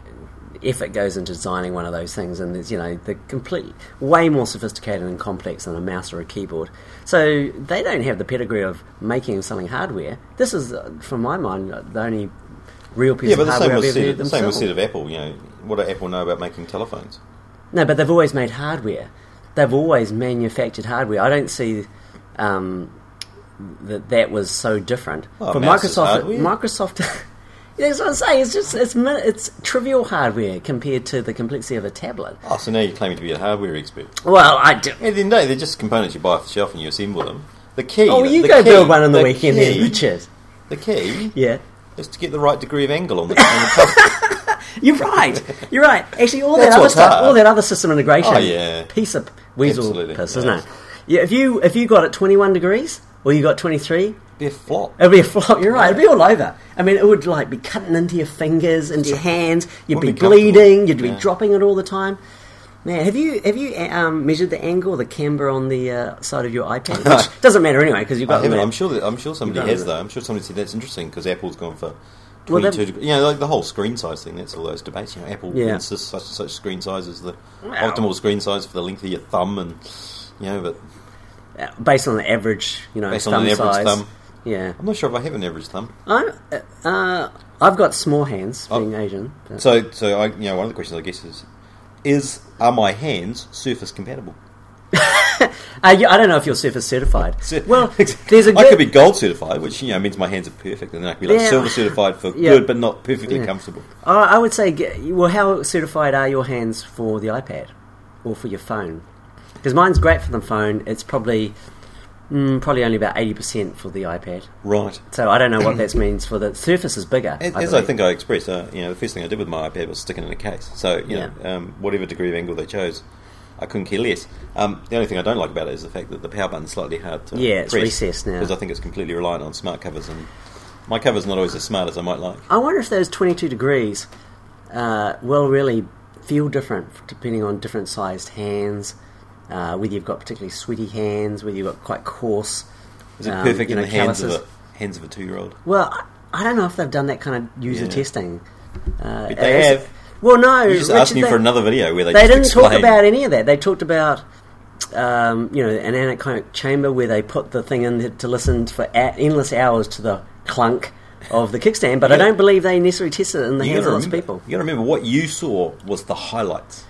[SPEAKER 1] effort goes into designing one of those things, and there's, you know, they're completely, way more sophisticated and complex than a mouse or a keyboard. So they don't have the pedigree of making and selling hardware. This is, uh, from my mind, uh, the only real piece
[SPEAKER 2] Yeah,
[SPEAKER 1] of
[SPEAKER 2] but the
[SPEAKER 1] hardware
[SPEAKER 2] same
[SPEAKER 1] I've
[SPEAKER 2] was
[SPEAKER 1] ever
[SPEAKER 2] said.
[SPEAKER 1] heard
[SPEAKER 2] The
[SPEAKER 1] them
[SPEAKER 2] same was
[SPEAKER 1] sell.
[SPEAKER 2] said of Apple. You know, what do Apple know about making telephones?
[SPEAKER 1] No, but they've always made hardware. They've always manufactured hardware. I don't see um, that that was so different
[SPEAKER 2] Well,
[SPEAKER 1] for
[SPEAKER 2] mouse is
[SPEAKER 1] Microsoft.
[SPEAKER 2] hardware.
[SPEAKER 1] Microsoft. That's what I'm saying. It's just it's min- it's trivial hardware compared to the complexity of a tablet.
[SPEAKER 2] Oh, so now you're claiming to be a hardware expert.
[SPEAKER 1] Well, I do.
[SPEAKER 2] At the end of the day, they're just components you buy off the shelf and you assemble them. The key.
[SPEAKER 1] Oh,
[SPEAKER 2] the,
[SPEAKER 1] you
[SPEAKER 2] the
[SPEAKER 1] go
[SPEAKER 2] key-
[SPEAKER 1] build one on the, weekend, then,
[SPEAKER 2] Key,
[SPEAKER 1] Richard.
[SPEAKER 2] the key
[SPEAKER 1] Yeah,
[SPEAKER 2] is to get the right degree of angle on the, on the top.
[SPEAKER 1] you're right. You're right. Actually, all
[SPEAKER 2] That's
[SPEAKER 1] that other
[SPEAKER 2] what's
[SPEAKER 1] stuff,
[SPEAKER 2] hard.
[SPEAKER 1] all that other system integration,
[SPEAKER 2] Oh, yeah.
[SPEAKER 1] piece of weasel
[SPEAKER 2] Absolutely,
[SPEAKER 1] piss,
[SPEAKER 2] yeah.
[SPEAKER 1] isn't it? Yeah, if you if you got it 21 degrees or you got 23,
[SPEAKER 2] Be a flop.
[SPEAKER 1] It'd be a flop. You're right. It'd be all over. I mean, it would like be cutting into your fingers, into your hands. You'd be,
[SPEAKER 2] Wouldn't be comfortable.
[SPEAKER 1] bleeding. You'd be
[SPEAKER 2] Yeah.
[SPEAKER 1] dropping it all the time. Man, have you have you um, measured the angle, the camber on the uh, side of your iPad? Which doesn't matter anyway because you've
[SPEAKER 2] I
[SPEAKER 1] got.
[SPEAKER 2] haven't.
[SPEAKER 1] that-
[SPEAKER 2] I'm sure. That, I'm sure somebody
[SPEAKER 1] You've done
[SPEAKER 2] has
[SPEAKER 1] it.
[SPEAKER 2] though. I'm sure somebody said that's interesting because Apple's gone for.
[SPEAKER 1] Well, they've-
[SPEAKER 2] 22 degrees. You know, like the whole screen size thing, that's all those debates. You know, Apple
[SPEAKER 1] Yeah.
[SPEAKER 2] insists such and such screen size is the
[SPEAKER 1] Well-
[SPEAKER 2] optimal screen size for the length of your thumb, and, you know, but
[SPEAKER 1] uh, based on the average, you know,
[SPEAKER 2] Based on
[SPEAKER 1] thumb
[SPEAKER 2] an average
[SPEAKER 1] size.
[SPEAKER 2] thumb.
[SPEAKER 1] Yeah,
[SPEAKER 2] I'm not sure if I have an average thumb.
[SPEAKER 1] I'm, uh, uh, I've got small hands, being Asian. but-
[SPEAKER 2] Oh. So, so I, you know, one of the questions I guess is, is are my hands surface compatible?
[SPEAKER 1] Uh, yeah, I don't know if you're Surface certified.
[SPEAKER 2] So-
[SPEAKER 1] Well, there's a good,
[SPEAKER 2] I could be gold certified, which you know means my hands are perfect, and then I could be like
[SPEAKER 1] Yeah.
[SPEAKER 2] silver certified for
[SPEAKER 1] Yeah.
[SPEAKER 2] good, but not perfectly
[SPEAKER 1] Yeah.
[SPEAKER 2] comfortable.
[SPEAKER 1] Uh, I would say, ge- well, how certified are your hands for the iPad or for your phone? Because mine's great for the phone. It's probably mm, probably only about eighty percent for the iPad.
[SPEAKER 2] Right.
[SPEAKER 1] So I don't know what that means for the Surface is bigger.
[SPEAKER 2] As as I
[SPEAKER 1] believe.
[SPEAKER 2] think I expressed, uh, you know, the first thing I did with my iPad was stick it in a case. So, you know,
[SPEAKER 1] Yeah.
[SPEAKER 2] um, whatever degree of angle they chose, I couldn't care less. Um, the only thing I don't like about it is the fact that the power button's slightly hard to
[SPEAKER 1] Yeah, it's
[SPEAKER 2] press,
[SPEAKER 1] recessed now.
[SPEAKER 2] Because I think it's completely reliant on smart covers, and my cover's not always as smart as I might like.
[SPEAKER 1] I wonder if those 22 degrees uh, will really feel different depending on different sized hands, uh, whether you've got particularly sweaty hands, whether you've got quite coarse.
[SPEAKER 2] Is it
[SPEAKER 1] um, Uh,
[SPEAKER 2] perfect
[SPEAKER 1] you
[SPEAKER 2] in
[SPEAKER 1] know,
[SPEAKER 2] the hands
[SPEAKER 1] calluses.
[SPEAKER 2] of, a, hands of a two-year-old?
[SPEAKER 1] Well, I- I don't know if they've done that kind of user
[SPEAKER 2] Yeah.
[SPEAKER 1] testing. Uh,
[SPEAKER 2] But they
[SPEAKER 1] as-
[SPEAKER 2] have.
[SPEAKER 1] Well, no.
[SPEAKER 2] You're just
[SPEAKER 1] Richard,
[SPEAKER 2] asking
[SPEAKER 1] they,
[SPEAKER 2] for another video where they,
[SPEAKER 1] They
[SPEAKER 2] just
[SPEAKER 1] didn't talk
[SPEAKER 2] explain-
[SPEAKER 1] about any of that. They talked about, um, you know, an anechoic chamber where they put the thing in to listen for a- endless hours to the clunk of the kickstand. But I
[SPEAKER 2] Yeah.
[SPEAKER 1] don't believe they necessarily tested it in the
[SPEAKER 2] You
[SPEAKER 1] hands
[SPEAKER 2] gotta
[SPEAKER 1] of lots of
[SPEAKER 2] remember-
[SPEAKER 1] people.
[SPEAKER 2] You got to remember what you saw was the highlights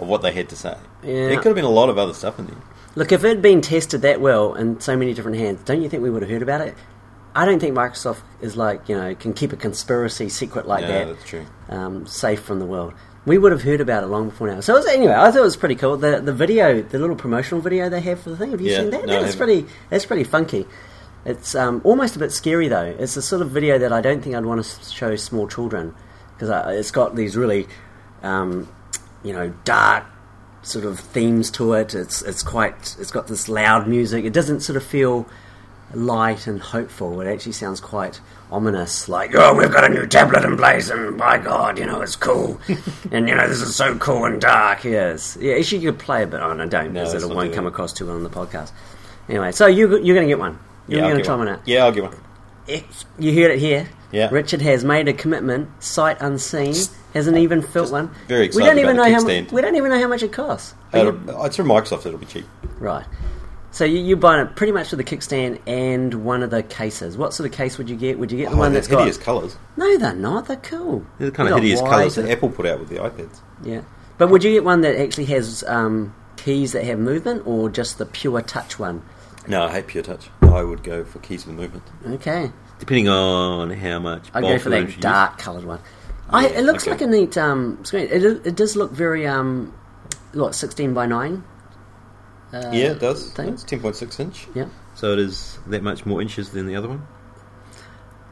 [SPEAKER 2] of what they had to say.
[SPEAKER 1] Yeah.
[SPEAKER 2] There could have been a lot of other stuff in there.
[SPEAKER 1] Look, if it had been tested that well in so many different hands, don't you think we would have heard about it? I don't think Microsoft is like, you know, can keep a conspiracy secret like
[SPEAKER 2] Yeah,
[SPEAKER 1] that
[SPEAKER 2] that's true.
[SPEAKER 1] Um, safe from the world. We would have heard about it long before now. So it was, anyway, I thought it was pretty cool. The the video, the little promotional video they have for the thing. Have you
[SPEAKER 2] Yeah,
[SPEAKER 1] seen that?
[SPEAKER 2] no, I
[SPEAKER 1] that's
[SPEAKER 2] haven't.
[SPEAKER 1] pretty. That's pretty funky. It's um, almost a bit scary though. It's the sort of video that I don't think I'd want to show small children because it's got these really, um, you know, dark sort of themes to it. It's it's quite. It's got this loud music. It doesn't sort of feel light and hopeful. It actually sounds quite ominous, like, oh, we've got a new tablet in place, and by God, you know, it's cool. and, you know, this is so cool and dark. Yes. Yeah, actually, you could play a bit. Oh, no, don't, because
[SPEAKER 2] let's
[SPEAKER 1] it
[SPEAKER 2] not
[SPEAKER 1] won't
[SPEAKER 2] do
[SPEAKER 1] come
[SPEAKER 2] that.
[SPEAKER 1] across too well on the podcast. Anyway, so you, you're going to get one. You're
[SPEAKER 2] I'll
[SPEAKER 1] going to
[SPEAKER 2] get
[SPEAKER 1] try
[SPEAKER 2] one.
[SPEAKER 1] one out.
[SPEAKER 2] Yeah, I'll get one.
[SPEAKER 1] It's- You heard it here.
[SPEAKER 2] Yeah.
[SPEAKER 1] Richard has made a commitment, sight unseen, hasn't even felt one.
[SPEAKER 2] uh, very
[SPEAKER 1] we
[SPEAKER 2] excited
[SPEAKER 1] don't even
[SPEAKER 2] about the
[SPEAKER 1] know how mu-
[SPEAKER 2] kickstand.
[SPEAKER 1] We don't even know how much it costs.
[SPEAKER 2] It'll- It's from Microsoft. It'll be cheap.
[SPEAKER 1] Right. So you, you're buying it pretty much with the kickstand and one of the cases. What sort of case would you get? Would you get the
[SPEAKER 2] Oh,
[SPEAKER 1] one
[SPEAKER 2] they're
[SPEAKER 1] that's
[SPEAKER 2] hideous
[SPEAKER 1] got...
[SPEAKER 2] colours.
[SPEAKER 1] No, they're not. They're cool.
[SPEAKER 2] They're the kind
[SPEAKER 1] They've
[SPEAKER 2] of
[SPEAKER 1] got
[SPEAKER 2] hideous
[SPEAKER 1] white
[SPEAKER 2] colours
[SPEAKER 1] and-
[SPEAKER 2] that Apple put out with the iPads.
[SPEAKER 1] Yeah. But would you get one that actually has um, keys that have movement or just the pure touch one?
[SPEAKER 2] No, I hate Pure Touch. I would go for keys with movement,
[SPEAKER 1] Okay.
[SPEAKER 2] depending on how much.
[SPEAKER 1] I'd go
[SPEAKER 2] bulb
[SPEAKER 1] for
[SPEAKER 2] you
[SPEAKER 1] that
[SPEAKER 2] use.
[SPEAKER 1] dark coloured one. I, it looks
[SPEAKER 2] okay.
[SPEAKER 1] like a neat um, screen. It, it does look very, um, what, 16 by 9?
[SPEAKER 2] yeah, it does.
[SPEAKER 1] thing.
[SPEAKER 2] It's ten point six inch.
[SPEAKER 1] Yeah.
[SPEAKER 2] So it is that much more inches than the other one.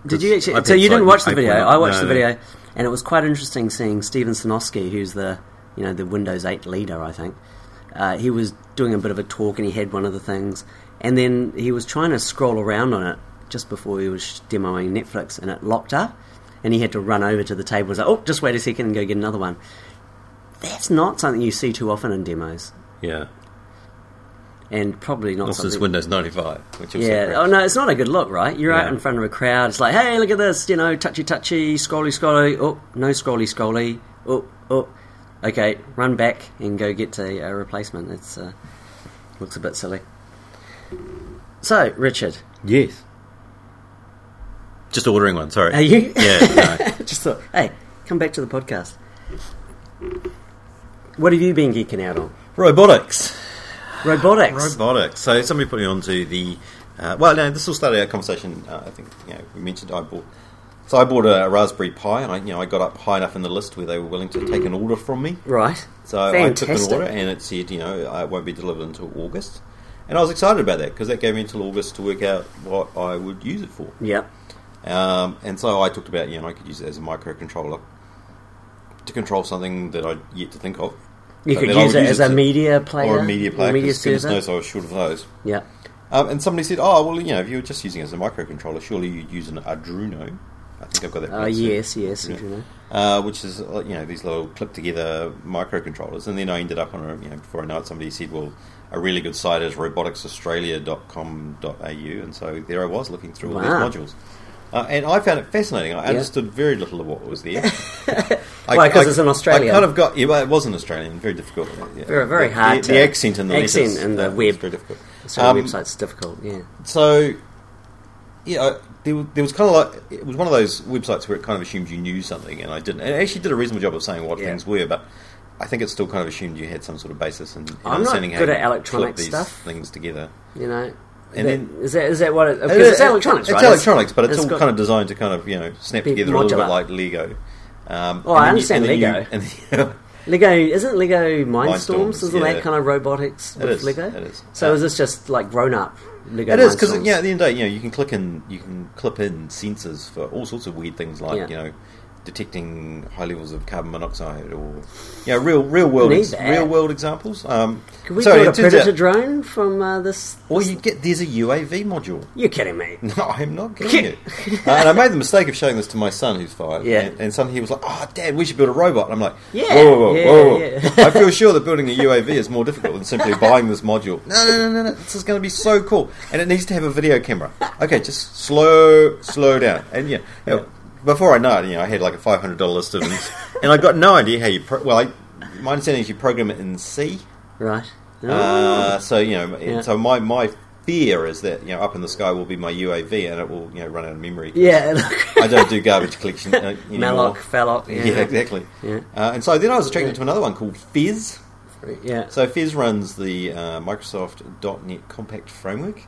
[SPEAKER 1] Did you actually?
[SPEAKER 2] I've
[SPEAKER 1] So
[SPEAKER 2] had
[SPEAKER 1] you didn't
[SPEAKER 2] sight-
[SPEAKER 1] watch the
[SPEAKER 2] I've
[SPEAKER 1] video.
[SPEAKER 2] had-
[SPEAKER 1] I watched
[SPEAKER 2] no,
[SPEAKER 1] the
[SPEAKER 2] no.
[SPEAKER 1] video, and it was quite interesting seeing Steven Sanofsky, who's the you know the Windows 8 leader, I think. Uh, he was doing a bit of a talk, and he had one of the things, and then he was trying to scroll around on it just before he was demoing Netflix, and it locked up, and he had to run over to the table. and say, "Oh, just wait a second and go get another one." That's not something you see too often in demos,
[SPEAKER 2] Yeah.
[SPEAKER 1] and probably not
[SPEAKER 2] Also, it's
[SPEAKER 1] something.
[SPEAKER 2] Windows ninety five, which also
[SPEAKER 1] Yeah.
[SPEAKER 2] crap.
[SPEAKER 1] Oh no, it's not a good look, right? You're out
[SPEAKER 2] No.
[SPEAKER 1] in front of a crowd. It's like, hey, look at this. You know, touchy, touchy, scrolly, scrolly. Oh, no, scrolly, scrolly. Oh, oh. Okay, run back and go get a, a replacement. It's uh, looks a bit silly. So, Richard,
[SPEAKER 2] Yes. Just ordering one. Sorry.
[SPEAKER 1] are you?
[SPEAKER 2] Yeah. no.
[SPEAKER 1] Just thought, hey, come back to the podcast. What have you been geeking out on?
[SPEAKER 2] Robotics.
[SPEAKER 1] Robotics.
[SPEAKER 2] Robotics. So somebody put me onto the. Uh, well, no, this all started our conversation. Uh, I think you know we mentioned I bought. So I bought a Raspberry Pi, and I, you know I got up high enough in the list where they were willing to take an order from me.
[SPEAKER 1] right.
[SPEAKER 2] So I took
[SPEAKER 1] Fantastic.
[SPEAKER 2] an order, and it said you know uh, it won't be delivered until August, and I was excited about that because that gave me until August to work out what I would use it for.
[SPEAKER 1] Yep.
[SPEAKER 2] Um, and so I talked about you know I could use it as a microcontroller to control something that I'd yet to think of.
[SPEAKER 1] You
[SPEAKER 2] but
[SPEAKER 1] could
[SPEAKER 2] that I
[SPEAKER 1] use
[SPEAKER 2] would
[SPEAKER 1] it as a
[SPEAKER 2] to-
[SPEAKER 1] media player.
[SPEAKER 2] or a media player.
[SPEAKER 1] media
[SPEAKER 2] Because goodness
[SPEAKER 1] server.
[SPEAKER 2] knows I was short of those.
[SPEAKER 1] Yep.
[SPEAKER 2] Um, and somebody said, "Oh, well, you know, if you were just using it as a microcontroller, surely you'd use an Arduino." I think I've got that.
[SPEAKER 1] Oh,
[SPEAKER 2] right, so-
[SPEAKER 1] yes, yes.
[SPEAKER 2] Yeah.
[SPEAKER 1] you know.
[SPEAKER 2] Uh, which is uh, you know these little clip together microcontrollers, and then I ended up on a you know before I know it, somebody said, "Well, a really good site is roboticsaustralia.com.au," and so there I was looking through all
[SPEAKER 1] Wow.
[SPEAKER 2] these modules. Uh, and I found it fascinating. I understood very little of what was there. I-
[SPEAKER 1] Why, 'cause
[SPEAKER 2] I-
[SPEAKER 1] it's an Australian.
[SPEAKER 2] I kind of got yeah, well, it was an Australian, very difficult. Yeah.
[SPEAKER 1] Very- very
[SPEAKER 2] The-
[SPEAKER 1] hard
[SPEAKER 2] The,
[SPEAKER 1] to-
[SPEAKER 2] the accent and the
[SPEAKER 1] accent
[SPEAKER 2] letters,
[SPEAKER 1] and the
[SPEAKER 2] uh, was
[SPEAKER 1] web.
[SPEAKER 2] very difficult.
[SPEAKER 1] So
[SPEAKER 2] Um,
[SPEAKER 1] website's difficult, yeah.
[SPEAKER 2] So, you know, there, wa- there was kind of like it was one of those websites where it kind of assumed you knew something, and I didn't. And it actually did a reasonable job of saying what
[SPEAKER 1] Yeah.
[SPEAKER 2] things were, but I think it's still kind of assumed you had some sort of basis in, in
[SPEAKER 1] I'm not
[SPEAKER 2] understanding
[SPEAKER 1] good
[SPEAKER 2] how
[SPEAKER 1] at
[SPEAKER 2] you
[SPEAKER 1] electronic
[SPEAKER 2] clip these
[SPEAKER 1] stuff.
[SPEAKER 2] things together.
[SPEAKER 1] You know,
[SPEAKER 2] And
[SPEAKER 1] That-
[SPEAKER 2] then-
[SPEAKER 1] is that is that what it, because
[SPEAKER 2] It is-
[SPEAKER 1] it's electronics,
[SPEAKER 2] It's
[SPEAKER 1] right?
[SPEAKER 2] electronics, but it's, all
[SPEAKER 1] got-
[SPEAKER 2] kind of designed to kind of you know snap
[SPEAKER 1] be
[SPEAKER 2] together a little bit
[SPEAKER 1] modular.
[SPEAKER 2] like Lego. Um,
[SPEAKER 1] Oh, I
[SPEAKER 2] and
[SPEAKER 1] understand
[SPEAKER 2] then
[SPEAKER 1] Lego.
[SPEAKER 2] and then you-
[SPEAKER 1] Lego isn't Lego Mindstorms?
[SPEAKER 2] Mindstorms,
[SPEAKER 1] Isn't
[SPEAKER 2] yeah.
[SPEAKER 1] that kind of robotics
[SPEAKER 2] It
[SPEAKER 1] with
[SPEAKER 2] is,
[SPEAKER 1] Lego?
[SPEAKER 2] it is.
[SPEAKER 1] So
[SPEAKER 2] Yeah.
[SPEAKER 1] is this just like grown up Lego?
[SPEAKER 2] It is because
[SPEAKER 1] Mindstorms?
[SPEAKER 2] yeah, at the end of the day, you know, you can click in, you can clip in sensors for all sorts of weird things like
[SPEAKER 1] Yeah.
[SPEAKER 2] you know, detecting high levels of carbon monoxide or you know, real real world
[SPEAKER 1] Need
[SPEAKER 2] ex-
[SPEAKER 1] that.
[SPEAKER 2] real world examples. Um,
[SPEAKER 1] Could we
[SPEAKER 2] so
[SPEAKER 1] build
[SPEAKER 2] it
[SPEAKER 1] a
[SPEAKER 2] turns
[SPEAKER 1] predator
[SPEAKER 2] out-
[SPEAKER 1] drone from uh, this?
[SPEAKER 2] or you get there's a UAV module.
[SPEAKER 1] You're kidding me.
[SPEAKER 2] No, I'm not kidding you. Uh, and I made the mistake of showing this to my son, who's five.
[SPEAKER 1] Yeah.
[SPEAKER 2] And, and son, he was like, "Oh, Dad, we should build a robot." And I'm like,
[SPEAKER 1] Yeah,
[SPEAKER 2] "Whoa, whoa, whoa,
[SPEAKER 1] yeah,
[SPEAKER 2] whoa!" whoa.
[SPEAKER 1] yeah.
[SPEAKER 2] I feel sure that building a UAV is more difficult than simply buying this module. No, no, no, no, no. This is going to be so cool, and it needs to have a video camera. Okay, just slow, slow down, and yeah. you know, Before I know it, you know, I had like a five hundred dollar list of them, and I got no idea how you. Pro- well, I, my understanding is you program it in C.
[SPEAKER 1] Right. Oh.
[SPEAKER 2] Uh, so you know, and
[SPEAKER 1] Yeah.
[SPEAKER 2] so my my fear is that you know up in the sky will be my UAV and it will you know run out of memory.
[SPEAKER 1] yeah.
[SPEAKER 2] I don't do garbage collection uh, anymore.
[SPEAKER 1] Malloc, Falloc.
[SPEAKER 2] Yeah,
[SPEAKER 1] Yeah.
[SPEAKER 2] exactly.
[SPEAKER 1] Yeah.
[SPEAKER 2] Uh, and so then I was attracted
[SPEAKER 1] Yeah.
[SPEAKER 2] to another one called Fizz.
[SPEAKER 1] Yeah.
[SPEAKER 2] So Fizz runs the uh, Microsoft .NET Compact Framework.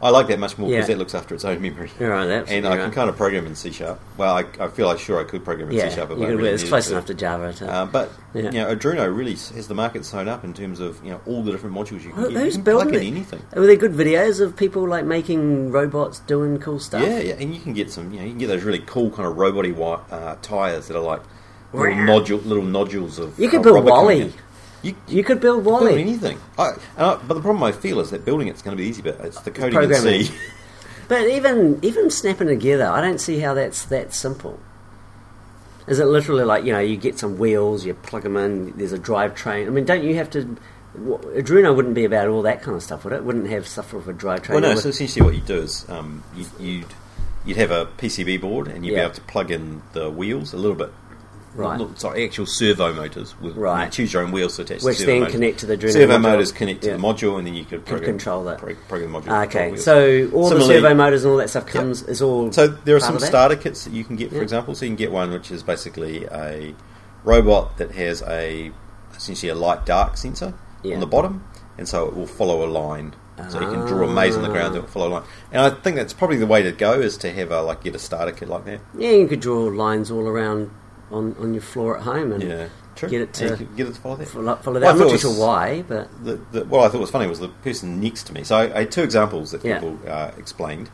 [SPEAKER 2] I like that much more because
[SPEAKER 1] Yeah.
[SPEAKER 2] that looks after its own memory.
[SPEAKER 1] You're right, absolutely
[SPEAKER 2] and I can
[SPEAKER 1] right.
[SPEAKER 2] kind of program in C sharp. Well, I, I feel I sure I could program in
[SPEAKER 1] yeah.
[SPEAKER 2] C sharp. if
[SPEAKER 1] you
[SPEAKER 2] I
[SPEAKER 1] could,
[SPEAKER 2] really
[SPEAKER 1] it's
[SPEAKER 2] needed
[SPEAKER 1] close
[SPEAKER 2] to.
[SPEAKER 1] enough to Java. To,
[SPEAKER 2] Uh, but
[SPEAKER 1] Yeah.
[SPEAKER 2] you know, Adruno really s- has the market sewn up in terms of you know all the different modules you can
[SPEAKER 1] Who-
[SPEAKER 2] get.
[SPEAKER 1] who's
[SPEAKER 2] you can plug
[SPEAKER 1] Oh, building
[SPEAKER 2] in
[SPEAKER 1] it?
[SPEAKER 2] anything.
[SPEAKER 1] Were there good videos of people like making robots doing cool stuff?
[SPEAKER 2] Yeah, yeah, and you can get some. You know, you can get those really cool kind of roboty wi- uh, tires that are like little nodule, little nodules of.
[SPEAKER 1] You could
[SPEAKER 2] of
[SPEAKER 1] build
[SPEAKER 2] rubber coming
[SPEAKER 1] Wall-E.
[SPEAKER 2] in. You, you
[SPEAKER 1] You could build
[SPEAKER 2] can build
[SPEAKER 1] Wally,
[SPEAKER 2] anything. I, and I, but the problem I feel is that building it's going to be the easy, but it's the coding in
[SPEAKER 1] programming.
[SPEAKER 2] C.
[SPEAKER 1] but even even snapping together, I don't see how that's that simple. Is it literally like you know you get some wheels, you plug them in, there's a drivetrain? I mean, don't you have to? w- Adreno wouldn't be about all that kind of stuff, would it? Wouldn't have stuff with a drivetrain.
[SPEAKER 2] Well, no.
[SPEAKER 1] It
[SPEAKER 2] So
[SPEAKER 1] would-
[SPEAKER 2] essentially, what you do is um, you, you'd you'd have a PCB board, and you'd be
[SPEAKER 1] Yeah.
[SPEAKER 2] able to plug in the wheels a little bit.
[SPEAKER 1] Right.
[SPEAKER 2] Not, not- sorry, actual servo motors. With, You know,
[SPEAKER 1] Right.
[SPEAKER 2] choose your own wheels to attach. to
[SPEAKER 1] Which
[SPEAKER 2] servo
[SPEAKER 1] then
[SPEAKER 2] motors.
[SPEAKER 1] connect to the Adreno
[SPEAKER 2] servo
[SPEAKER 1] module.
[SPEAKER 2] motors connect to
[SPEAKER 1] Yeah.
[SPEAKER 2] the module, and then you could program,
[SPEAKER 1] control that.
[SPEAKER 2] pro- program the module. to
[SPEAKER 1] Ah,
[SPEAKER 2] control
[SPEAKER 1] okay,
[SPEAKER 2] wheels.
[SPEAKER 1] so all
[SPEAKER 2] Similarly-
[SPEAKER 1] the servo motors and all that stuff comes is all.
[SPEAKER 2] So there are
[SPEAKER 1] part
[SPEAKER 2] some
[SPEAKER 1] of that?
[SPEAKER 2] starter kits that you can get, for
[SPEAKER 1] Yeah.
[SPEAKER 2] example. So you can get one which is basically a robot that has a essentially a light dark sensor
[SPEAKER 1] Yeah.
[SPEAKER 2] on the bottom, and so it will follow a line. So you can draw a maze on the ground that
[SPEAKER 1] Ah.
[SPEAKER 2] will follow a line. And I think that's probably the way to go is to have a like get a starter kit like that.
[SPEAKER 1] Yeah, you could draw lines all around on, on your floor at home and
[SPEAKER 2] Yeah, true.
[SPEAKER 1] get it
[SPEAKER 2] Yeah,
[SPEAKER 1] to
[SPEAKER 2] you can get it to follow that.
[SPEAKER 1] follow, follow that.
[SPEAKER 2] Well, I
[SPEAKER 1] I'm
[SPEAKER 2] thought
[SPEAKER 1] not
[SPEAKER 2] it
[SPEAKER 1] too
[SPEAKER 2] was-
[SPEAKER 1] sure why, but
[SPEAKER 2] the, the, what I thought was funny was the person next to me. So I, I had two examples that
[SPEAKER 1] Yeah.
[SPEAKER 2] people uh, explained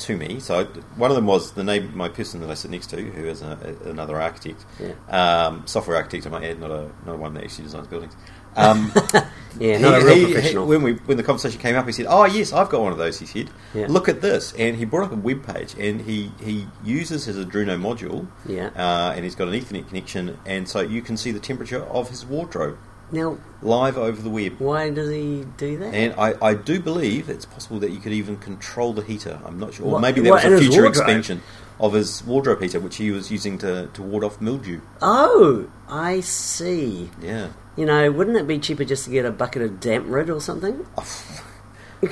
[SPEAKER 2] to me. So I, one of them was the name, my person that I sit next to, who is a, a- another architect,
[SPEAKER 1] Yeah.
[SPEAKER 2] um, software architect, I might add, not a not one that actually designs buildings. Um,
[SPEAKER 1] yeah, not a real professional.
[SPEAKER 2] when we when the conversation came up, he said, "Oh yes, I've got one of those." He said,
[SPEAKER 1] Yeah.
[SPEAKER 2] "Look at this," and he brought up a web page, and he he uses his Arduino module,
[SPEAKER 1] Yeah.
[SPEAKER 2] uh, and he's got an Ethernet connection, and so you can see the temperature of his wardrobe
[SPEAKER 1] now,
[SPEAKER 2] live over the web.
[SPEAKER 1] why does he do that?
[SPEAKER 2] And I, I do believe it's possible that you could even control the heater. I'm not sure. Or
[SPEAKER 1] What-
[SPEAKER 2] maybe that
[SPEAKER 1] what,
[SPEAKER 2] was
[SPEAKER 1] in
[SPEAKER 2] a
[SPEAKER 1] his
[SPEAKER 2] future
[SPEAKER 1] wardrobe?
[SPEAKER 2] expansion of his wardrobe heater, which he was using to, to ward off mildew.
[SPEAKER 1] oh, I see.
[SPEAKER 2] Yeah.
[SPEAKER 1] You know, wouldn't it be cheaper just to get a bucket of damp rid or something?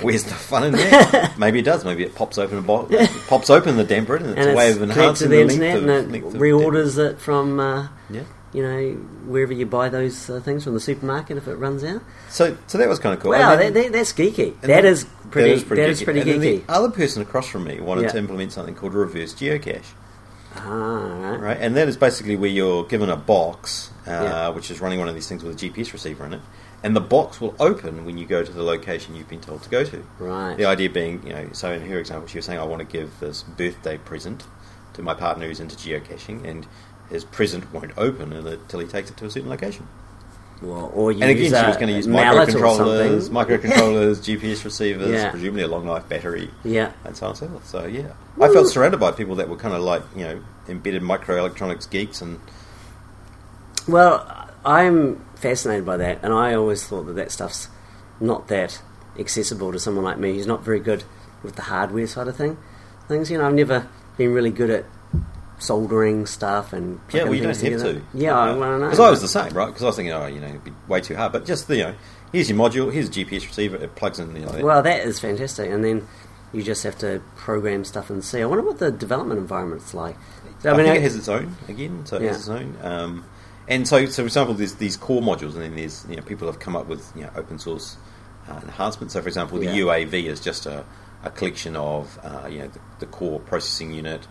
[SPEAKER 2] Where's the fun in that? maybe it does. Maybe it pops open a bottle, pops open the damper, and it's
[SPEAKER 1] And
[SPEAKER 2] a way of
[SPEAKER 1] connected to the,
[SPEAKER 2] enhancing the,
[SPEAKER 1] internet
[SPEAKER 2] length of,
[SPEAKER 1] and it
[SPEAKER 2] length of
[SPEAKER 1] reorders it from, uh,
[SPEAKER 2] damper. Yeah.
[SPEAKER 1] you know, wherever you buy those uh, things from the supermarket if it runs out.
[SPEAKER 2] So so that was kind of cool.
[SPEAKER 1] Wow,
[SPEAKER 2] And then-
[SPEAKER 1] that, that, that's geeky.
[SPEAKER 2] and
[SPEAKER 1] That
[SPEAKER 2] then-
[SPEAKER 1] is pretty. That is pretty,
[SPEAKER 2] And then
[SPEAKER 1] geeky.
[SPEAKER 2] the other person across from me wanted
[SPEAKER 1] Yeah.
[SPEAKER 2] to implement something called reverse geocache.
[SPEAKER 1] Ah, right.
[SPEAKER 2] Right, and that is basically where you're given a box, uh,
[SPEAKER 1] Yeah.
[SPEAKER 2] which is running one of these things with a GPS receiver in it, and the box will open when you go to the location you've been told to go to.
[SPEAKER 1] Right.
[SPEAKER 2] The idea being, you know, so in her example, she was saying, I want to give this birthday present to my partner who's into geocaching, and his present won't open until he takes it to a certain location.
[SPEAKER 1] Well, or you
[SPEAKER 2] and again,
[SPEAKER 1] use
[SPEAKER 2] she
[SPEAKER 1] a
[SPEAKER 2] was going to use
[SPEAKER 1] mallet or
[SPEAKER 2] microcontrollers,
[SPEAKER 1] something.
[SPEAKER 2] microcontrollers, GPS receivers,
[SPEAKER 1] Yeah.
[SPEAKER 2] presumably a long life battery
[SPEAKER 1] Yeah.
[SPEAKER 2] and so on and so forth. So yeah, I felt surrounded by people that were kind of like you know embedded microelectronics geeks, and
[SPEAKER 1] Well, I'm fascinated by that, and I always thought that that stuff's not that accessible to someone like me who's not very good with the hardware side of thing. Things, you know, I've never been really good at soldering stuff and
[SPEAKER 2] yeah,
[SPEAKER 1] plugging
[SPEAKER 2] well you don't
[SPEAKER 1] things
[SPEAKER 2] have
[SPEAKER 1] together.
[SPEAKER 2] to.
[SPEAKER 1] Yeah, I want to know.
[SPEAKER 2] Because I was the same, right? Because I was thinking, oh, you know, it'd be way too hard. But just you know, here's your module, here's a GPS receiver, it plugs in. You know,
[SPEAKER 1] Well, that is fantastic, and then you just have to program stuff and see. I wonder what the development environment's like. So,
[SPEAKER 2] I,
[SPEAKER 1] mean,
[SPEAKER 2] think
[SPEAKER 1] I-
[SPEAKER 2] it has its own again, so it
[SPEAKER 1] Yeah.
[SPEAKER 2] has its own. Um, And so, so for example, there's these core modules, and then there's you know, people have come up with you know, open source uh, enhancements. So, for example, the
[SPEAKER 1] Yeah.
[SPEAKER 2] UAV is just a, a collection of uh, you know the, the core processing unit,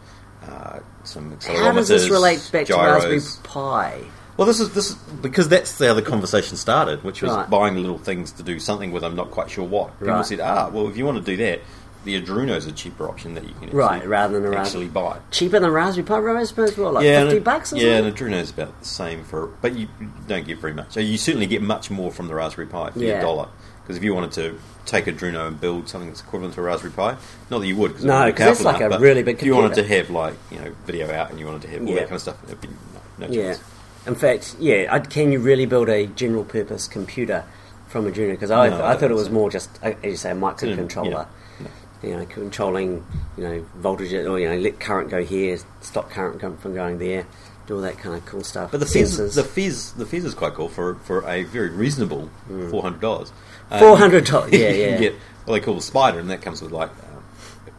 [SPEAKER 2] uh, some accelerometers,
[SPEAKER 1] How does this relate back to Raspberry
[SPEAKER 2] gyros.
[SPEAKER 1] Pi?
[SPEAKER 2] Well, this is this is- because that's how the conversation started, which was
[SPEAKER 1] Right.
[SPEAKER 2] buying little things to do something with. I'm not quite sure what. People
[SPEAKER 1] Right.
[SPEAKER 2] said, ah, well, if you want to do that, the Adruno's a cheaper option that you can actually,
[SPEAKER 1] Right, rather than a
[SPEAKER 2] actually buy.
[SPEAKER 1] Cheaper than Raspberry Pi, I suppose. What, like
[SPEAKER 2] and
[SPEAKER 1] fifty
[SPEAKER 2] it-
[SPEAKER 1] bucks? Or
[SPEAKER 2] yeah,
[SPEAKER 1] something?
[SPEAKER 2] and Adruno's about the same for, but you don't get very much. So you certainly get much more from the Raspberry Pi for your
[SPEAKER 1] Yeah.
[SPEAKER 2] dollar. Because if you wanted to take Adruno and build something that's equivalent to a Raspberry Pi, not that you would, because
[SPEAKER 1] No, 'cause that's like a really big
[SPEAKER 2] If you wanted to
[SPEAKER 1] computer.
[SPEAKER 2] have like you know video out and you wanted to have all
[SPEAKER 1] Yeah.
[SPEAKER 2] that kind of stuff, it'd be no, no
[SPEAKER 1] Yeah.
[SPEAKER 2] chance.
[SPEAKER 1] In fact, yeah, I, can you really build a general purpose computer from Arduino? Because I,
[SPEAKER 2] No, I
[SPEAKER 1] I,
[SPEAKER 2] don't
[SPEAKER 1] thought it was
[SPEAKER 2] think so. Mm,
[SPEAKER 1] more just, uh, as you say, a
[SPEAKER 2] Yeah.
[SPEAKER 1] microcontroller. You know, controlling, you know, voltage or you know, let current go here, stop current go- from going there, do all that kind of cool stuff.
[SPEAKER 2] But the fizz,
[SPEAKER 1] sensors,
[SPEAKER 2] the fizz, the fizz is quite cool for, for a very reasonable
[SPEAKER 1] Mm.
[SPEAKER 2] four hundred dollars. Uh,
[SPEAKER 1] $400, yeah,
[SPEAKER 2] You
[SPEAKER 1] yeah.
[SPEAKER 2] can get what they call the spider, and that comes with like um,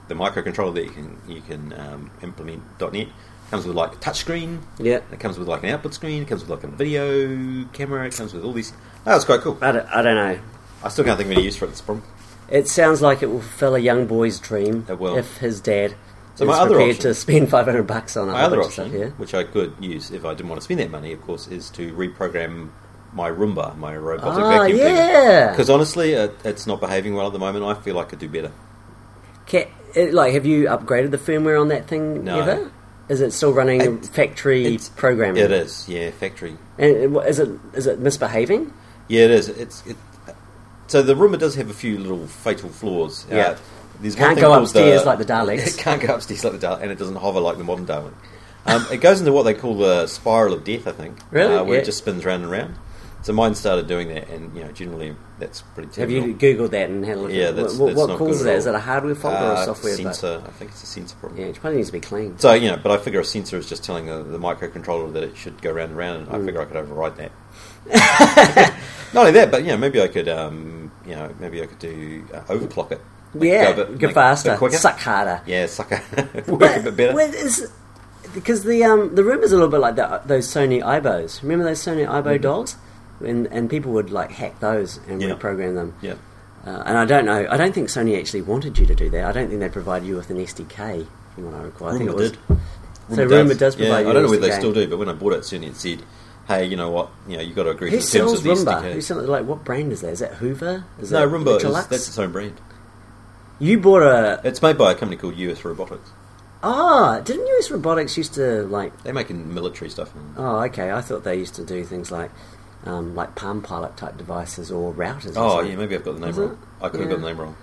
[SPEAKER 2] the microcontroller that you can you can um, implement .NET. Comes with like a touchscreen.
[SPEAKER 1] Yeah.
[SPEAKER 2] It comes with like an output screen. It comes with like a video camera. It comes with all these. Oh, it's quite cool.
[SPEAKER 1] I don't, I don't know.
[SPEAKER 2] I still can't think of any use for it. It's a problem.
[SPEAKER 1] It sounds like it will fill a young boy's dream
[SPEAKER 2] It will.
[SPEAKER 1] if his dad
[SPEAKER 2] So
[SPEAKER 1] is
[SPEAKER 2] my other
[SPEAKER 1] prepared
[SPEAKER 2] option-
[SPEAKER 1] to spend five hundred bucks on a
[SPEAKER 2] My
[SPEAKER 1] whole
[SPEAKER 2] other
[SPEAKER 1] bunch of
[SPEAKER 2] option,
[SPEAKER 1] stuff. Yeah,
[SPEAKER 2] which I could use if I didn't want to spend that money, of course, is to reprogram my Roomba, my robotic
[SPEAKER 1] Ah,
[SPEAKER 2] vacuum
[SPEAKER 1] yeah.
[SPEAKER 2] Because honestly, it, it's not behaving well at the moment. I feel I could do better.
[SPEAKER 1] Ca it, like, have you upgraded the firmware on that thing
[SPEAKER 2] No.
[SPEAKER 1] ever? Is it still running
[SPEAKER 2] It-
[SPEAKER 1] factory
[SPEAKER 2] it's-
[SPEAKER 1] programming?
[SPEAKER 2] It is, yeah, factory.
[SPEAKER 1] And it- what- is it is it misbehaving?
[SPEAKER 2] Yeah, it is. It's it. So the Roomba does have a few little fatal flaws. Uh,
[SPEAKER 1] Yeah.
[SPEAKER 2] there's one
[SPEAKER 1] Can't
[SPEAKER 2] thing
[SPEAKER 1] go
[SPEAKER 2] called
[SPEAKER 1] upstairs like the Daleks.
[SPEAKER 2] It can't go upstairs like the Daleks, and it doesn't hover like the modern Dalek. Um, it goes into what they call the spiral of death, I think.
[SPEAKER 1] Really?
[SPEAKER 2] Uh, where
[SPEAKER 1] Yeah.
[SPEAKER 2] it just spins round and round. So mine started doing that, and you know, generally that's pretty.
[SPEAKER 1] Have
[SPEAKER 2] Terrible.
[SPEAKER 1] you googled that and had a look?
[SPEAKER 2] Yeah,
[SPEAKER 1] at
[SPEAKER 2] that's,
[SPEAKER 1] what,
[SPEAKER 2] that's
[SPEAKER 1] what
[SPEAKER 2] not
[SPEAKER 1] causes
[SPEAKER 2] good at
[SPEAKER 1] that? Is
[SPEAKER 2] all.
[SPEAKER 1] it a hardware fault or
[SPEAKER 2] Uh,
[SPEAKER 1] a software bug?
[SPEAKER 2] sensor? I think it's a sensor problem.
[SPEAKER 1] Yeah, it probably needs to be cleaned.
[SPEAKER 2] So you know, but I figure a sensor is just telling the, the microcontroller that it should go round and round, and
[SPEAKER 1] Mm.
[SPEAKER 2] I figure I could override that. Not only that, but you know, maybe I could, um, you know, maybe I could do uh, overclock it. Make it
[SPEAKER 1] yeah,
[SPEAKER 2] go a bit-
[SPEAKER 1] go
[SPEAKER 2] make it
[SPEAKER 1] faster,
[SPEAKER 2] quicker.
[SPEAKER 1] suck harder.
[SPEAKER 2] Yeah, sucker, work
[SPEAKER 1] But-
[SPEAKER 2] a bit better.
[SPEAKER 1] well, it's- because the um, the room is a little bit like that, those Sony Ibos. Remember those Sony Ibo dolls? And and people would like hack those and
[SPEAKER 2] Mm-hmm. Yeah.
[SPEAKER 1] reprogram them.
[SPEAKER 2] yeah,
[SPEAKER 1] Uh, and I don't know. I don't think Sony actually wanted you to do that. I don't think they provided you with an SDK, from what I recall. I think it
[SPEAKER 2] Roomba
[SPEAKER 1] was.
[SPEAKER 2] did.
[SPEAKER 1] So
[SPEAKER 2] Roomba
[SPEAKER 1] Roomba does, provide.
[SPEAKER 2] Yeah,
[SPEAKER 1] you
[SPEAKER 2] I don't know
[SPEAKER 1] with
[SPEAKER 2] whether they
[SPEAKER 1] SDK.
[SPEAKER 2] still do, but when I bought it, certainly it said, "Hey, you know what? You know, you have got to agree
[SPEAKER 1] Who
[SPEAKER 2] to the terms
[SPEAKER 1] sells
[SPEAKER 2] of the
[SPEAKER 1] Roomba?
[SPEAKER 2] SDK."
[SPEAKER 1] Who sells, like what brand is that? Is that Hoover? Is
[SPEAKER 2] no,
[SPEAKER 1] that
[SPEAKER 2] Roomba is
[SPEAKER 1] Electrolux?
[SPEAKER 2] that's its own brand.
[SPEAKER 1] You bought a
[SPEAKER 2] It's made by a company called US Robotics.
[SPEAKER 1] ah? Didn't US Robotics used to like?
[SPEAKER 2] They're making military stuff. and-
[SPEAKER 1] Oh, okay. I thought they used to do things like um, like Palm Pilot type devices or routers. or
[SPEAKER 2] Oh
[SPEAKER 1] something.
[SPEAKER 2] yeah, maybe I've got the name
[SPEAKER 1] Is
[SPEAKER 2] wrong.
[SPEAKER 1] it?
[SPEAKER 2] I could have got
[SPEAKER 1] Yeah.
[SPEAKER 2] the name wrong.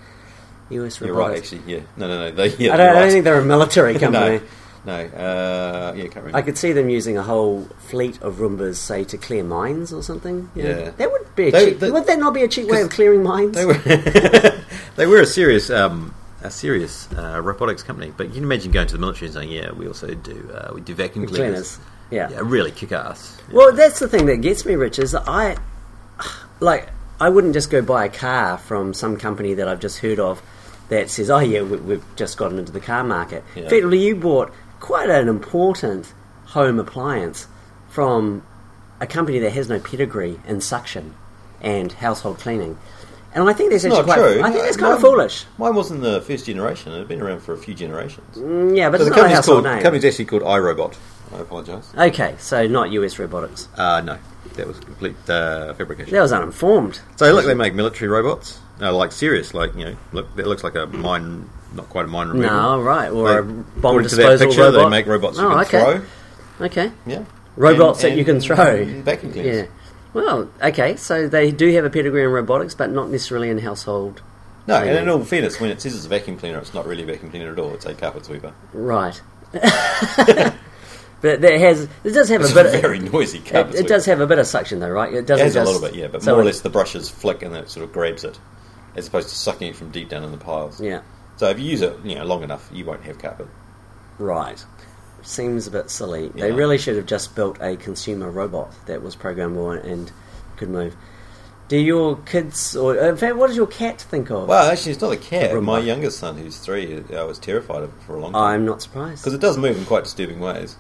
[SPEAKER 1] US Robotics.
[SPEAKER 2] You're right, actually. Yeah, no, no, no. They, yeah,
[SPEAKER 1] I don't, I
[SPEAKER 2] you're right.
[SPEAKER 1] don't think they're a military company.
[SPEAKER 2] no, no. Uh, yeah, can't remember.
[SPEAKER 1] I could see them using a whole fleet of Roombas, say, to clear mines or something. you know.
[SPEAKER 2] Yeah.
[SPEAKER 1] that would be. A
[SPEAKER 2] They-
[SPEAKER 1] cheap,
[SPEAKER 2] they-
[SPEAKER 1] would that not be a cheap way
[SPEAKER 2] 'cause
[SPEAKER 1] of clearing mines?
[SPEAKER 2] They were they were a serious um, a serious uh, robotics company, but you can imagine going to the military and saying, "Yeah, we also do uh, we do vacuum
[SPEAKER 1] cleaners.
[SPEAKER 2] cleaners."
[SPEAKER 1] Yeah.
[SPEAKER 2] really kick ass.
[SPEAKER 1] Well, that's the thing that gets me, Rich, is that I like I wouldn't just go buy a car from some company that I've just heard of that says, "Oh yeah, we, we've just gotten into the car market."
[SPEAKER 2] Yeah.
[SPEAKER 1] Effectively, you bought quite an important home appliance from a company that has no pedigree in suction and household cleaning, and I think that's actually
[SPEAKER 2] Not
[SPEAKER 1] quite.
[SPEAKER 2] true.
[SPEAKER 1] I think that's
[SPEAKER 2] Uh,
[SPEAKER 1] kind of
[SPEAKER 2] mine-
[SPEAKER 1] foolish.
[SPEAKER 2] Mine wasn't the first generation; it had been around for a few generations.
[SPEAKER 1] Mm, Yeah, but
[SPEAKER 2] So
[SPEAKER 1] it's
[SPEAKER 2] the
[SPEAKER 1] not a
[SPEAKER 2] company's
[SPEAKER 1] household
[SPEAKER 2] called
[SPEAKER 1] name.
[SPEAKER 2] the company's actually called iRobot. I apologise.
[SPEAKER 1] Okay, so not US robotics.
[SPEAKER 2] Uh, no, that was complete uh, fabrication.
[SPEAKER 1] That was uninformed.
[SPEAKER 2] So look, they make military robots. No, like serious, like you know, look, it looks like a mine, not quite a mine removal.
[SPEAKER 1] No, right, or a
[SPEAKER 2] Like,
[SPEAKER 1] bomb
[SPEAKER 2] according to that
[SPEAKER 1] disposal
[SPEAKER 2] picture,
[SPEAKER 1] robot.
[SPEAKER 2] They make robots you
[SPEAKER 1] Oh,
[SPEAKER 2] can
[SPEAKER 1] okay.
[SPEAKER 2] throw.
[SPEAKER 1] Okay.
[SPEAKER 2] Yeah,
[SPEAKER 1] Robots
[SPEAKER 2] And-
[SPEAKER 1] that you can
[SPEAKER 2] and
[SPEAKER 1] throw.
[SPEAKER 2] Vacuum cleaners.
[SPEAKER 1] Yeah. Well, okay, so they do have a pedigree in robotics, but not necessarily in household.
[SPEAKER 2] No, and
[SPEAKER 1] cleaning.
[SPEAKER 2] in all fairness, when it says it's a vacuum cleaner, it's not really a vacuum cleaner at all. It's a carpet sweeper.
[SPEAKER 1] Right. but that has it does have
[SPEAKER 2] It's
[SPEAKER 1] a
[SPEAKER 2] a
[SPEAKER 1] bit.
[SPEAKER 2] very noisy
[SPEAKER 1] it,
[SPEAKER 2] carpet
[SPEAKER 1] it
[SPEAKER 2] sweeper.
[SPEAKER 1] does have a bit of suction though, right? It
[SPEAKER 2] It
[SPEAKER 1] doesn't
[SPEAKER 2] has a
[SPEAKER 1] just-
[SPEAKER 2] little bit, yeah, but
[SPEAKER 1] so
[SPEAKER 2] more or
[SPEAKER 1] it-
[SPEAKER 2] less the brushes flick and then it sort of grabs it, as opposed to sucking it from deep down in the piles.
[SPEAKER 1] Yeah.
[SPEAKER 2] So if you use it, you know, long enough, you won't have carpet.
[SPEAKER 1] Right. Seems a bit silly. They
[SPEAKER 2] Yeah.
[SPEAKER 1] really should have just built a consumer robot that was programmable and could move. Do your kids, or in fact, what does your cat think of?
[SPEAKER 2] Well, actually, it's not a cat.
[SPEAKER 1] Roomba.
[SPEAKER 2] My youngest son, who's three, I was uh, terrified of it for a long time
[SPEAKER 1] I'm not surprised.
[SPEAKER 2] because it does move in quite disturbing ways.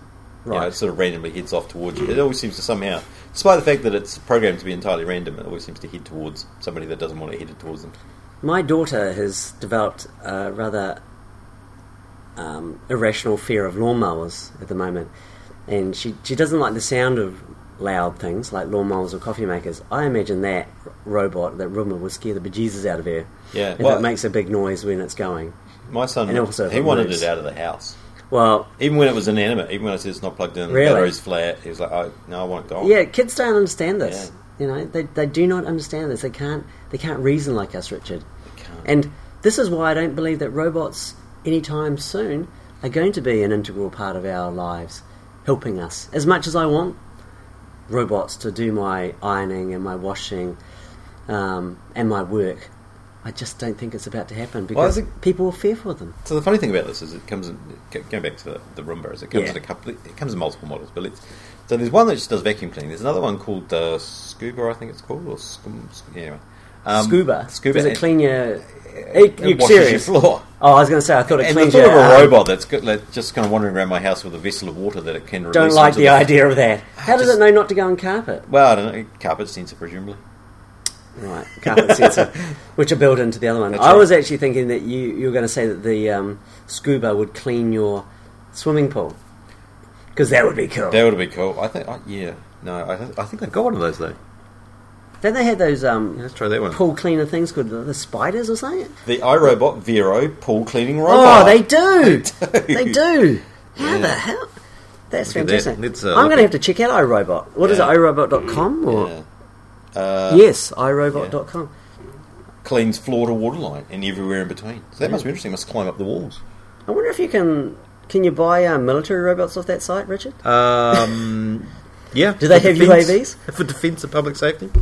[SPEAKER 2] You know,
[SPEAKER 1] Right.
[SPEAKER 2] it sort of randomly heads off towards you. It always seems to somehow, despite the fact that it's programmed to be entirely random, it always seems to head towards somebody that doesn't want it headed towards them.
[SPEAKER 1] My daughter has developed a rather um, irrational fear of lawnmowers at the moment, and she, she doesn't like the sound of loud things like lawnmowers or coffee makers. I imagine that r- robot, that Roomba, would scare the bejesus out of her
[SPEAKER 2] Yeah,
[SPEAKER 1] if
[SPEAKER 2] well-
[SPEAKER 1] it makes a big noise when it's going.
[SPEAKER 2] My son,
[SPEAKER 1] And also if
[SPEAKER 2] he
[SPEAKER 1] it
[SPEAKER 2] wanted
[SPEAKER 1] moves.
[SPEAKER 2] it out of the house.
[SPEAKER 1] Well,
[SPEAKER 2] Even when it was inanimate, even when I said it's not plugged in,
[SPEAKER 1] Really?
[SPEAKER 2] the battery's flat, he was like, oh, no, I want it gone.
[SPEAKER 1] yeah, kids don't understand this.
[SPEAKER 2] Yeah.
[SPEAKER 1] You know, they, they do not understand this. They can't they can't reason like us, Richard.
[SPEAKER 2] can't.
[SPEAKER 1] And this is why I don't believe that robots anytime soon are going to be an integral part of our lives, helping us. As much as I want robots to do my ironing and my washing um, and my work, I just don't think it's about to happen because
[SPEAKER 2] think-
[SPEAKER 1] people are fearful of them.
[SPEAKER 2] So the funny thing about this is it comes in, go- going back to the, the Roomba, is it comes
[SPEAKER 1] Yeah.
[SPEAKER 2] in a couple, it comes in multiple models, but it's, so there's one that just does vacuum cleaning. There's another one called uh, Scuba, I think it's called, or Scum, Sc- anyway. Um,
[SPEAKER 1] scuba.
[SPEAKER 2] Scuba.
[SPEAKER 1] Does it
[SPEAKER 2] and-
[SPEAKER 1] clean your...
[SPEAKER 2] It,
[SPEAKER 1] you
[SPEAKER 2] it washes your
[SPEAKER 1] serious?
[SPEAKER 2] floor.
[SPEAKER 1] Oh, I was going to say, I thought it
[SPEAKER 2] And the
[SPEAKER 1] cleaned
[SPEAKER 2] thought
[SPEAKER 1] your...
[SPEAKER 2] of a
[SPEAKER 1] um,
[SPEAKER 2] robot that's got, like, just kind of wandering around my house with a vessel of water that it can release.
[SPEAKER 1] Don't like
[SPEAKER 2] into
[SPEAKER 1] the idea of that. How does
[SPEAKER 2] Just-
[SPEAKER 1] it know not to go on carpet?
[SPEAKER 2] Well, I don't know. Carpet sensor, presumably.
[SPEAKER 1] Right, carpet sensor, which are built into the other one.
[SPEAKER 2] That's
[SPEAKER 1] I
[SPEAKER 2] right.
[SPEAKER 1] was actually thinking that you, you were going to say that the um, scuba would clean your swimming pool because that would be cool.
[SPEAKER 2] That would be cool. I think, I yeah. No, I, th- I think they've got one of those, though.
[SPEAKER 1] Then they had those um,
[SPEAKER 2] Let's try that one.
[SPEAKER 1] pool cleaner things called the, the spiders or something.
[SPEAKER 2] The iRobot Vero pool cleaning robot.
[SPEAKER 1] Oh, they do.
[SPEAKER 2] do.
[SPEAKER 1] They do. How
[SPEAKER 2] Yeah.
[SPEAKER 1] the hell? That's
[SPEAKER 2] Look at that.
[SPEAKER 1] fantastic.
[SPEAKER 2] Let's, uh,
[SPEAKER 1] I'm
[SPEAKER 2] look
[SPEAKER 1] going to
[SPEAKER 2] at-
[SPEAKER 1] have to check out iRobot. What is
[SPEAKER 2] Yeah.
[SPEAKER 1] it, iRobot.com? Or?
[SPEAKER 2] Yeah. Uh,
[SPEAKER 1] Yes, iRobot.com.
[SPEAKER 2] Cleans floor to waterline and everywhere in between. So that must be interesting. Must climb up the walls.
[SPEAKER 1] I wonder if you can. Can you buy uh, military robots off that site, Richard?
[SPEAKER 2] Uh, Um, yeah.
[SPEAKER 1] Do they have UAVs?
[SPEAKER 2] For defense and public safety. Uh,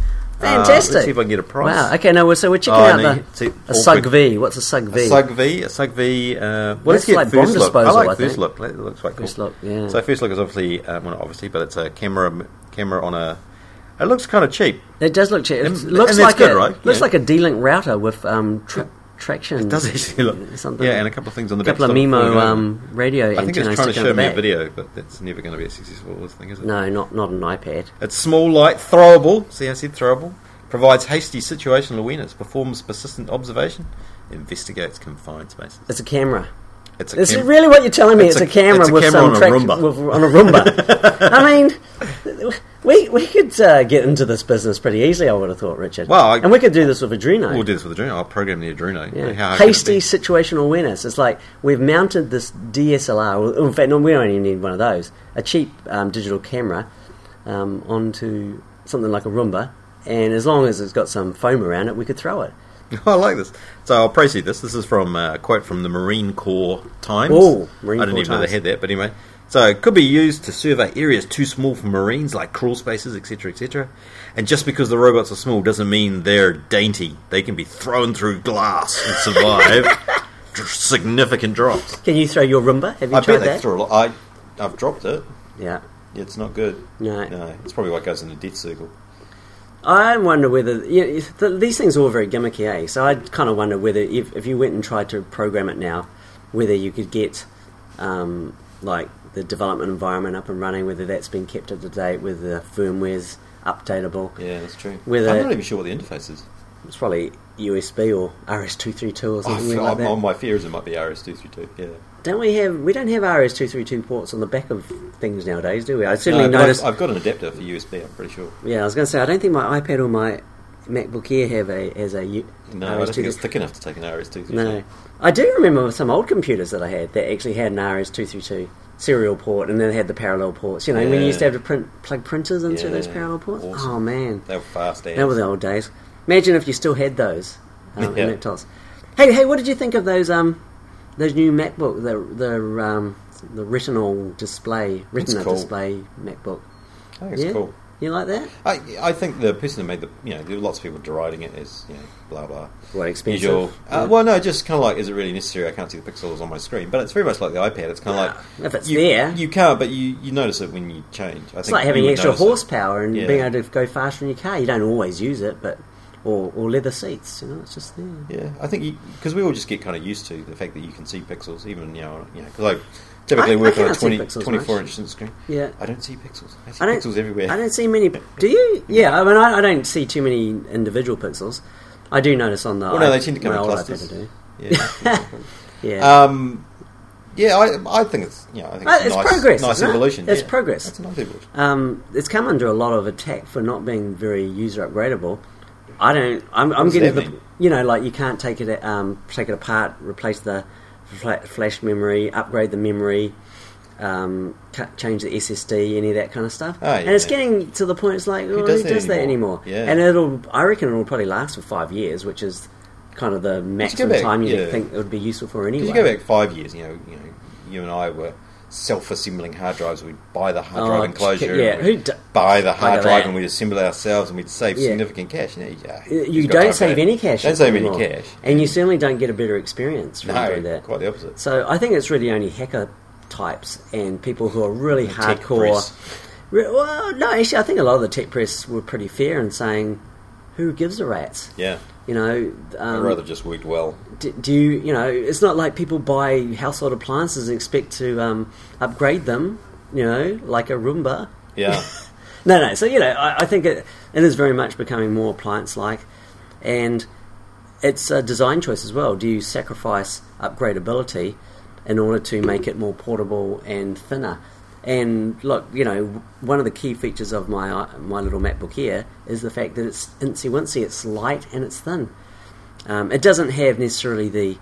[SPEAKER 1] Fantastic.
[SPEAKER 2] get a
[SPEAKER 1] Wow. Okay. No. Well, so we're checking
[SPEAKER 2] Oh,
[SPEAKER 1] out
[SPEAKER 2] no,
[SPEAKER 1] the
[SPEAKER 2] you- see,
[SPEAKER 1] a
[SPEAKER 2] all
[SPEAKER 1] sug
[SPEAKER 2] quick-
[SPEAKER 1] V. What's a sug
[SPEAKER 2] A
[SPEAKER 1] V?
[SPEAKER 2] Sug V, a Sug V. Uh, well,
[SPEAKER 1] That's
[SPEAKER 2] let's get
[SPEAKER 1] like bomb
[SPEAKER 2] first look.
[SPEAKER 1] disposal,
[SPEAKER 2] I
[SPEAKER 1] I
[SPEAKER 2] like first
[SPEAKER 1] think.
[SPEAKER 2] look. That looks quite cool.
[SPEAKER 1] First look, yeah.
[SPEAKER 2] So first look is obviously, um, well, not obviously, but it's a camera, camera on a. It looks kind of cheap.
[SPEAKER 1] It does look cheap. It
[SPEAKER 2] And-
[SPEAKER 1] looks
[SPEAKER 2] and that's
[SPEAKER 1] like
[SPEAKER 2] good,
[SPEAKER 1] a,
[SPEAKER 2] right?
[SPEAKER 1] Looks
[SPEAKER 2] Yeah.
[SPEAKER 1] like a D-Link router with um, tra- traction.
[SPEAKER 2] It does actually look
[SPEAKER 1] Something.
[SPEAKER 2] Yeah, and a couple of things on the
[SPEAKER 1] a couple of
[SPEAKER 2] back side
[SPEAKER 1] Mimo
[SPEAKER 2] falling over.
[SPEAKER 1] um, radio
[SPEAKER 2] I think
[SPEAKER 1] antennas
[SPEAKER 2] it's trying to
[SPEAKER 1] sticking out the
[SPEAKER 2] show me a
[SPEAKER 1] back.
[SPEAKER 2] video, but that's never going to be a successful this thing, is it?
[SPEAKER 1] No, not not an iPad.
[SPEAKER 2] It's small, light, throwable. See, I said throwable. Provides hasty situational awareness. Performs persistent observation. Investigates confined spaces.
[SPEAKER 1] It's a camera.
[SPEAKER 2] It's
[SPEAKER 1] Is it
[SPEAKER 2] cam-
[SPEAKER 1] really what you're telling me?
[SPEAKER 2] It's
[SPEAKER 1] It's,
[SPEAKER 2] a-
[SPEAKER 1] a, camera
[SPEAKER 2] it's a
[SPEAKER 1] with
[SPEAKER 2] camera
[SPEAKER 1] some
[SPEAKER 2] on a
[SPEAKER 1] track,
[SPEAKER 2] Roomba.
[SPEAKER 1] With, on a Roomba. I mean, we we could uh, get into this business pretty easily. I would have thought, Richard.
[SPEAKER 2] Well, I-
[SPEAKER 1] and we could do this with Adreno.
[SPEAKER 2] We'll do this with Adreno. I'll program the Adreno.
[SPEAKER 1] Yeah.
[SPEAKER 2] How hard can it
[SPEAKER 1] Hasty
[SPEAKER 2] be?
[SPEAKER 1] situational awareness. It's like we've mounted this DSLR. well, In fact, no, we don't even need one of those. A cheap um, digital camera um, onto something like a Roomba, and as long as it's got some foam around it, we could throw it.
[SPEAKER 2] I like this. So I'll proceed this. This is from uh, a quote from the Marine Corps Times.
[SPEAKER 1] Oh, Marine
[SPEAKER 2] I didn't
[SPEAKER 1] Corps
[SPEAKER 2] even know
[SPEAKER 1] Times.
[SPEAKER 2] they had that, but anyway. So it could be used to survey areas too small for Marines, like crawl spaces, etc., etc. And just because the robots are small doesn't mean they're dainty. They can be thrown through glass and survive dr- significant drops.
[SPEAKER 1] Can you throw your Roomba? Have you
[SPEAKER 2] I
[SPEAKER 1] tried
[SPEAKER 2] bet they
[SPEAKER 1] that?
[SPEAKER 2] throw a lot. I, I've dropped it.
[SPEAKER 1] yeah.
[SPEAKER 2] It's not good.
[SPEAKER 1] No.
[SPEAKER 2] no, it's probably what goes in the death circle.
[SPEAKER 1] I wonder whether you know, th- these things are all very gimmicky, eh? So I kind of wonder whether if, if you went and tried to program it now, whether you could get um, like the development environment up and running, whether that's been kept up to date, whether the firmware's updatable.
[SPEAKER 2] Yeah, that's true.
[SPEAKER 1] With
[SPEAKER 2] I'm
[SPEAKER 1] a-
[SPEAKER 2] not even sure what the interface is.
[SPEAKER 1] It's probably USB or RS232 or
[SPEAKER 2] I
[SPEAKER 1] something
[SPEAKER 2] feel-
[SPEAKER 1] like
[SPEAKER 2] Oh, I'm-
[SPEAKER 1] that.
[SPEAKER 2] my fear is it might be RS232. Yeah.
[SPEAKER 1] Don't we have? We don't have RS232 ports on the back of things nowadays, do we? I certainly
[SPEAKER 2] No, but
[SPEAKER 1] noticed.
[SPEAKER 2] I've, I've got an adapter for USB. I'm pretty sure.
[SPEAKER 1] Yeah, I was going to say I don't think my iPad or my MacBook Air have a as a U-
[SPEAKER 2] No, I don't think it's
[SPEAKER 1] RS232.
[SPEAKER 2] thick enough to take an RS232.
[SPEAKER 1] No. I do remember some old computers that I had that actually had an RS-232 serial port and then they had the parallel ports. You know, when
[SPEAKER 2] Yeah.
[SPEAKER 1] you used to have to print, plug printers into those
[SPEAKER 2] Yeah.
[SPEAKER 1] parallel ports.
[SPEAKER 2] Awesome.
[SPEAKER 1] Oh, man.
[SPEAKER 2] They were fast.
[SPEAKER 1] They were
[SPEAKER 2] As.
[SPEAKER 1] the old days. Imagine if you still had those um,
[SPEAKER 2] Yeah.
[SPEAKER 1] in laptops. Hey, hey, what did you think of those um, those new MacBook, the the um, the Retinal display, Retina
[SPEAKER 2] cool.
[SPEAKER 1] display MacBook?
[SPEAKER 2] I think it's
[SPEAKER 1] yeah,
[SPEAKER 2] cool.
[SPEAKER 1] you like that?
[SPEAKER 2] I, I think the person that made the you know there were lots of people deriding it as you know blah blah.
[SPEAKER 1] What expensive?
[SPEAKER 2] Usual. Uh,
[SPEAKER 1] Yeah.
[SPEAKER 2] Well, no, just kind of like is it really necessary? I can't see the pixels on my screen, but it's very much like the iPad. It's kind of
[SPEAKER 1] Yeah,
[SPEAKER 2] like
[SPEAKER 1] if it's
[SPEAKER 2] you,
[SPEAKER 1] there.
[SPEAKER 2] you can't, but you, you notice it when you change. I
[SPEAKER 1] It's like having extra horsepower and
[SPEAKER 2] Yeah.
[SPEAKER 1] being able to go faster in your car. You don't always use it, but or, or leather seats. You know, it's just there.
[SPEAKER 2] Yeah, I think because we all just get kind of used to the fact that you can see pixels, even you know, you know, because I Typically
[SPEAKER 1] I- I
[SPEAKER 2] work on a
[SPEAKER 1] cannot see
[SPEAKER 2] 20,
[SPEAKER 1] pixels
[SPEAKER 2] 24
[SPEAKER 1] much.
[SPEAKER 2] inch screen.
[SPEAKER 1] Yeah.
[SPEAKER 2] I don't see pixels. I see
[SPEAKER 1] I don't,
[SPEAKER 2] pixels everywhere.
[SPEAKER 1] I don't see many. Do you? Yeah, I mean, I, I don't see too many individual pixels. I do notice on the.
[SPEAKER 2] well, no,
[SPEAKER 1] i-
[SPEAKER 2] they tend to come
[SPEAKER 1] my
[SPEAKER 2] in
[SPEAKER 1] old
[SPEAKER 2] clusters.
[SPEAKER 1] iPad I do.
[SPEAKER 2] Yeah.
[SPEAKER 1] Yeah.
[SPEAKER 2] Um, yeah, I, I think it's you know, I think
[SPEAKER 1] Uh,
[SPEAKER 2] it's, a
[SPEAKER 1] it's
[SPEAKER 2] nice,
[SPEAKER 1] progress,
[SPEAKER 2] nice
[SPEAKER 1] isn't it?
[SPEAKER 2] evolution.
[SPEAKER 1] It's
[SPEAKER 2] yeah.
[SPEAKER 1] progress.
[SPEAKER 2] It's a nice evolution.
[SPEAKER 1] Um, it's come under a lot of attack for not being very user upgradable. I don't. I'm, I'm
[SPEAKER 2] does
[SPEAKER 1] getting
[SPEAKER 2] that
[SPEAKER 1] the.
[SPEAKER 2] mean?
[SPEAKER 1] You know, like you can't take it um, take it apart, replace the fla- flash memory, upgrade the memory, um, cut, change the SSD, any of that kind of stuff.
[SPEAKER 2] Oh, yeah.
[SPEAKER 1] And it's getting to the point. It's like well, who does,
[SPEAKER 2] does that
[SPEAKER 1] that
[SPEAKER 2] anymore?
[SPEAKER 1] anymore?
[SPEAKER 2] Yeah.
[SPEAKER 1] And it'll. I reckon it'll probably last for five years, which is kind of the maximum
[SPEAKER 2] back,
[SPEAKER 1] time you
[SPEAKER 2] yeah.
[SPEAKER 1] think it would be useful for anyway.
[SPEAKER 2] Because you go back five years, you know, you know, you and I were self-assembling hard drives. We'd buy the hard
[SPEAKER 1] Oh,
[SPEAKER 2] drive
[SPEAKER 1] ch-
[SPEAKER 2] enclosure.
[SPEAKER 1] yeah,
[SPEAKER 2] and
[SPEAKER 1] who
[SPEAKER 2] we'd
[SPEAKER 1] d-
[SPEAKER 2] buy the
[SPEAKER 1] Look
[SPEAKER 2] hard
[SPEAKER 1] at
[SPEAKER 2] drive
[SPEAKER 1] that.
[SPEAKER 2] and we'd assemble it ourselves and we'd save
[SPEAKER 1] Yeah.
[SPEAKER 2] significant cash. Now, yeah,
[SPEAKER 1] you
[SPEAKER 2] who's got
[SPEAKER 1] don't
[SPEAKER 2] time for
[SPEAKER 1] save
[SPEAKER 2] that?
[SPEAKER 1] any cash.
[SPEAKER 2] Don't save any
[SPEAKER 1] anymore.
[SPEAKER 2] cash.
[SPEAKER 1] and you certainly don't get a better experience from doing
[SPEAKER 2] No,
[SPEAKER 1] that.
[SPEAKER 2] quite the opposite.
[SPEAKER 1] So I think it's really only hacker types and people who are really
[SPEAKER 2] tech
[SPEAKER 1] hardcore.
[SPEAKER 2] press.
[SPEAKER 1] Re- well, no, actually, I think a lot of the tech press were pretty fair in saying, "Who gives a rat's?"
[SPEAKER 2] Yeah,
[SPEAKER 1] You know,
[SPEAKER 2] I'd
[SPEAKER 1] um,
[SPEAKER 2] rather just worked well.
[SPEAKER 1] do, do you? You know, it's not like people buy household appliances and expect to um, upgrade them. You know, like a Roomba.
[SPEAKER 2] Yeah,
[SPEAKER 1] No, no. So you know, I, I think it, it is very much becoming more appliance-like, and it's a design choice as well. Do you sacrifice upgradability in order to make it more portable and thinner? And look, you know, one of the key features of my my little MacBook Air is the fact that it's incy wincy, it's light and it's thin. Um, it doesn't have necessarily the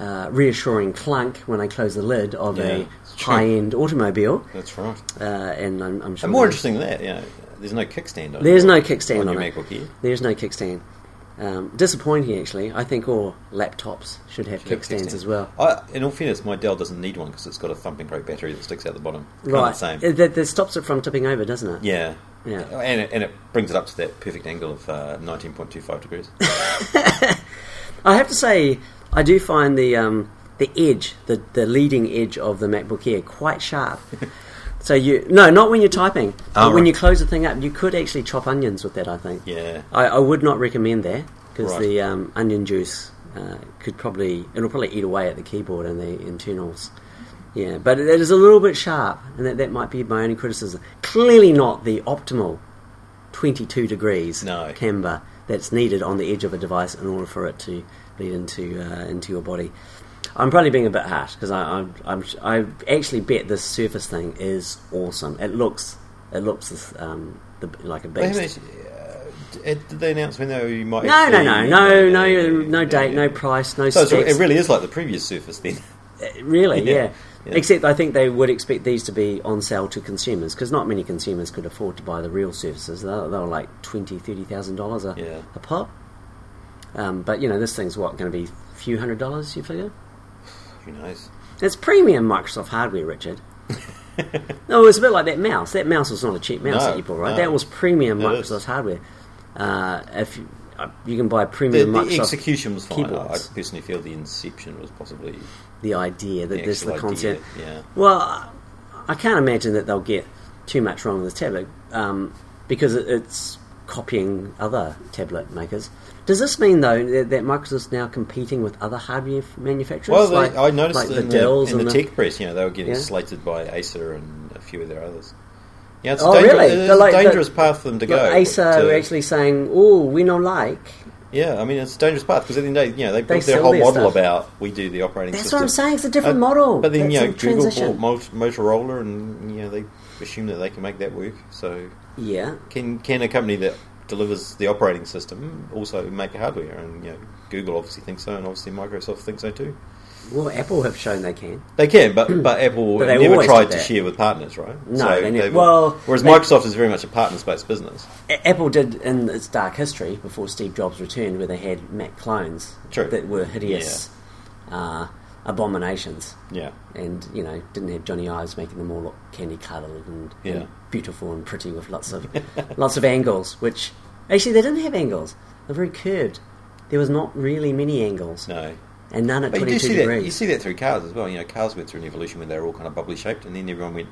[SPEAKER 1] uh, reassuring clunk when I close the lid of
[SPEAKER 2] Yeah,
[SPEAKER 1] a
[SPEAKER 2] it's true.
[SPEAKER 1] high-end automobile,
[SPEAKER 2] that's right.
[SPEAKER 1] uh, and I'm, I'm sure.
[SPEAKER 2] And more
[SPEAKER 1] there's-
[SPEAKER 2] interesting than that, you know, there's no kickstand on
[SPEAKER 1] there's
[SPEAKER 2] your-
[SPEAKER 1] no kickstand
[SPEAKER 2] on
[SPEAKER 1] on,
[SPEAKER 2] your
[SPEAKER 1] it.
[SPEAKER 2] MacBook Air.
[SPEAKER 1] There's no kickstand. Um, disappointing, actually. I think all laptops should have
[SPEAKER 2] Kick-
[SPEAKER 1] kickstands
[SPEAKER 2] kickstand.
[SPEAKER 1] as well.
[SPEAKER 2] I, in all fairness, my Dell doesn't need one because it's got a thumping great battery that sticks out the bottom. Kind of
[SPEAKER 1] Right,
[SPEAKER 2] the same.
[SPEAKER 1] It- that, that stops it from tipping over, doesn't it?
[SPEAKER 2] Yeah.
[SPEAKER 1] Yeah.
[SPEAKER 2] And, it, and it brings it up to that perfect angle of uh, 19.25 degrees.
[SPEAKER 1] I have to say, I do find the um, the edge, the the leading edge of the MacBook Air, quite sharp. so you no, not when you're typing.
[SPEAKER 2] Oh,
[SPEAKER 1] but When
[SPEAKER 2] right.
[SPEAKER 1] you close the thing up, you could actually chop onions with that. I think.
[SPEAKER 2] yeah.
[SPEAKER 1] I, I would not recommend that because
[SPEAKER 2] Right.
[SPEAKER 1] the um, onion juice uh, could probably it'll probably eat away at the keyboard and the internals. Yeah, but it is a little bit sharp, and that, that might be my only criticism. Clearly not the optimal 22 degrees
[SPEAKER 2] No.
[SPEAKER 1] camber that's needed on the edge of a device in order for it to bleed into uh, into your body. I'm probably being a bit harsh because I I'm, I'm I actually bet this Surface thing is awesome. It looks it looks um, the, like a
[SPEAKER 2] They
[SPEAKER 1] beast.
[SPEAKER 2] haven't actually- uh, did did they announce when they might
[SPEAKER 1] No, no, no,
[SPEAKER 2] actually-
[SPEAKER 1] no,
[SPEAKER 2] Yeah,
[SPEAKER 1] no,
[SPEAKER 2] yeah, yeah,
[SPEAKER 1] no date,
[SPEAKER 2] yeah.
[SPEAKER 1] no price, no
[SPEAKER 2] So it's,
[SPEAKER 1] specs.
[SPEAKER 2] it really is like the previous Surface then.
[SPEAKER 1] Uh, really,
[SPEAKER 2] Yeah,
[SPEAKER 1] yeah.
[SPEAKER 2] yeah.
[SPEAKER 1] Except I think they would expect these to be on sale to consumers because not many consumers could afford to buy the real Surfaces. They were, they were like twenty, thirty thousand dollars a
[SPEAKER 2] Yeah.
[SPEAKER 1] a pop. Um, but you know, this thing's what going to be a few hundred dollars. You figure
[SPEAKER 2] Who knows?
[SPEAKER 1] it's premium Microsoft hardware, Richard. no, it's a bit like that mouse. That mouse was not a cheap mouse
[SPEAKER 2] No,
[SPEAKER 1] that you bought, right?
[SPEAKER 2] no.
[SPEAKER 1] That was premium
[SPEAKER 2] It is.
[SPEAKER 1] Microsoft hardware. Uh, if you, uh, you can buy
[SPEAKER 2] The,
[SPEAKER 1] premium
[SPEAKER 2] the
[SPEAKER 1] Microsoft
[SPEAKER 2] execution was fine. I, I
[SPEAKER 1] keyboards.
[SPEAKER 2] personally feel the inception was possibly
[SPEAKER 1] the idea that
[SPEAKER 2] the
[SPEAKER 1] this is the
[SPEAKER 2] actual idea.
[SPEAKER 1] concept.
[SPEAKER 2] Yeah.
[SPEAKER 1] Well, I- I can't imagine that they'll get too much wrong with this tablet um, because it- it's copying other tablet makers. Does this mean though that, that Microsoft's now competing with other hardware f- manufacturers?
[SPEAKER 2] Well, they,
[SPEAKER 1] like,
[SPEAKER 2] I noticed
[SPEAKER 1] like
[SPEAKER 2] in,
[SPEAKER 1] the Dells
[SPEAKER 2] in
[SPEAKER 1] and
[SPEAKER 2] the,
[SPEAKER 1] the,
[SPEAKER 2] tech press, you know, they were getting
[SPEAKER 1] Yeah.
[SPEAKER 2] slated by Acer and a few of their others. Yeah, it's
[SPEAKER 1] Oh,
[SPEAKER 2] a dangerous,
[SPEAKER 1] really?
[SPEAKER 2] it is
[SPEAKER 1] They're
[SPEAKER 2] a
[SPEAKER 1] like the-
[SPEAKER 2] dangerous path for them to
[SPEAKER 1] like,
[SPEAKER 2] go.
[SPEAKER 1] Acer
[SPEAKER 2] but, uh,
[SPEAKER 1] are actually saying, "Oh, we not like."
[SPEAKER 2] Yeah, I mean it's a dangerous path because at the end of the day, you know, they built their
[SPEAKER 1] sell
[SPEAKER 2] whole
[SPEAKER 1] their
[SPEAKER 2] model
[SPEAKER 1] stuff.
[SPEAKER 2] about we do the operating
[SPEAKER 1] That's
[SPEAKER 2] system.
[SPEAKER 1] what I'm saying. It's a different
[SPEAKER 2] Uh,
[SPEAKER 1] model.
[SPEAKER 2] But then
[SPEAKER 1] That's
[SPEAKER 2] you know,
[SPEAKER 1] a
[SPEAKER 2] Google
[SPEAKER 1] transition.
[SPEAKER 2] bought Mot- Motorola, and you know they assume that they can make that work. So
[SPEAKER 1] Yeah,
[SPEAKER 2] can can a company that delivers the operating system also make hardware? And you know, Google obviously thinks so, and obviously Microsoft thinks so too.
[SPEAKER 1] well, Apple have shown they can.
[SPEAKER 2] They can, but but Apple
[SPEAKER 1] Hmm. But they
[SPEAKER 2] never
[SPEAKER 1] always
[SPEAKER 2] tried
[SPEAKER 1] did
[SPEAKER 2] to
[SPEAKER 1] that.
[SPEAKER 2] share with partners, right?
[SPEAKER 1] No,
[SPEAKER 2] so
[SPEAKER 1] they ne-
[SPEAKER 2] they've-
[SPEAKER 1] well,
[SPEAKER 2] whereas
[SPEAKER 1] they-
[SPEAKER 2] Microsoft is very much a partner-based business.
[SPEAKER 1] A- Apple did in its dark history before Steve Jobs returned, where they had Mac clones
[SPEAKER 2] True.
[SPEAKER 1] that were hideous uh, abominations,
[SPEAKER 2] Yeah.
[SPEAKER 1] and you know didn't have Johnny Ives making them all look candy coloured and, and
[SPEAKER 2] Yeah.
[SPEAKER 1] beautiful and pretty with lots of lots of angles. Which actually they didn't have angles; they're very curved. There was not really many angles,
[SPEAKER 2] No.
[SPEAKER 1] and none at
[SPEAKER 2] But you
[SPEAKER 1] twenty
[SPEAKER 2] do
[SPEAKER 1] two
[SPEAKER 2] see that. You
[SPEAKER 1] degrees.
[SPEAKER 2] see that through cars as well. You know, cars went through an evolution where they were all kind of bubbly shaped, and then everyone went,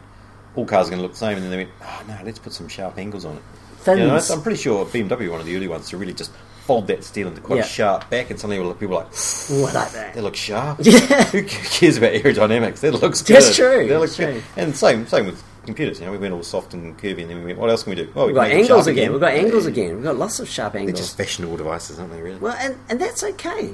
[SPEAKER 2] all cars are going to look the same, and then they went, oh no, let's put some sharp angles on it. You know,
[SPEAKER 1] Fins.
[SPEAKER 2] I'm pretty sure BMW, one of the early ones, to really just fold that steel into quite
[SPEAKER 1] Yeah.
[SPEAKER 2] a sharp back, and suddenly people are like,
[SPEAKER 1] Ooh, I like that.
[SPEAKER 2] They look sharp.
[SPEAKER 1] Yeah.
[SPEAKER 2] Who cares about aerodynamics? That looks good.
[SPEAKER 1] That's true,
[SPEAKER 2] That looks
[SPEAKER 1] that's
[SPEAKER 2] good.
[SPEAKER 1] true.
[SPEAKER 2] And same same with computers. You know, we went all soft and curvy, and then we went, what else can we do? Well,
[SPEAKER 1] We've
[SPEAKER 2] can
[SPEAKER 1] got
[SPEAKER 2] make them
[SPEAKER 1] angles
[SPEAKER 2] sharp
[SPEAKER 1] again. We've got angles
[SPEAKER 2] Yeah.
[SPEAKER 1] again. We've got lots of sharp
[SPEAKER 2] They're
[SPEAKER 1] angles.
[SPEAKER 2] just fashionable devices, aren't they? Really?
[SPEAKER 1] Well, and, and that's okay.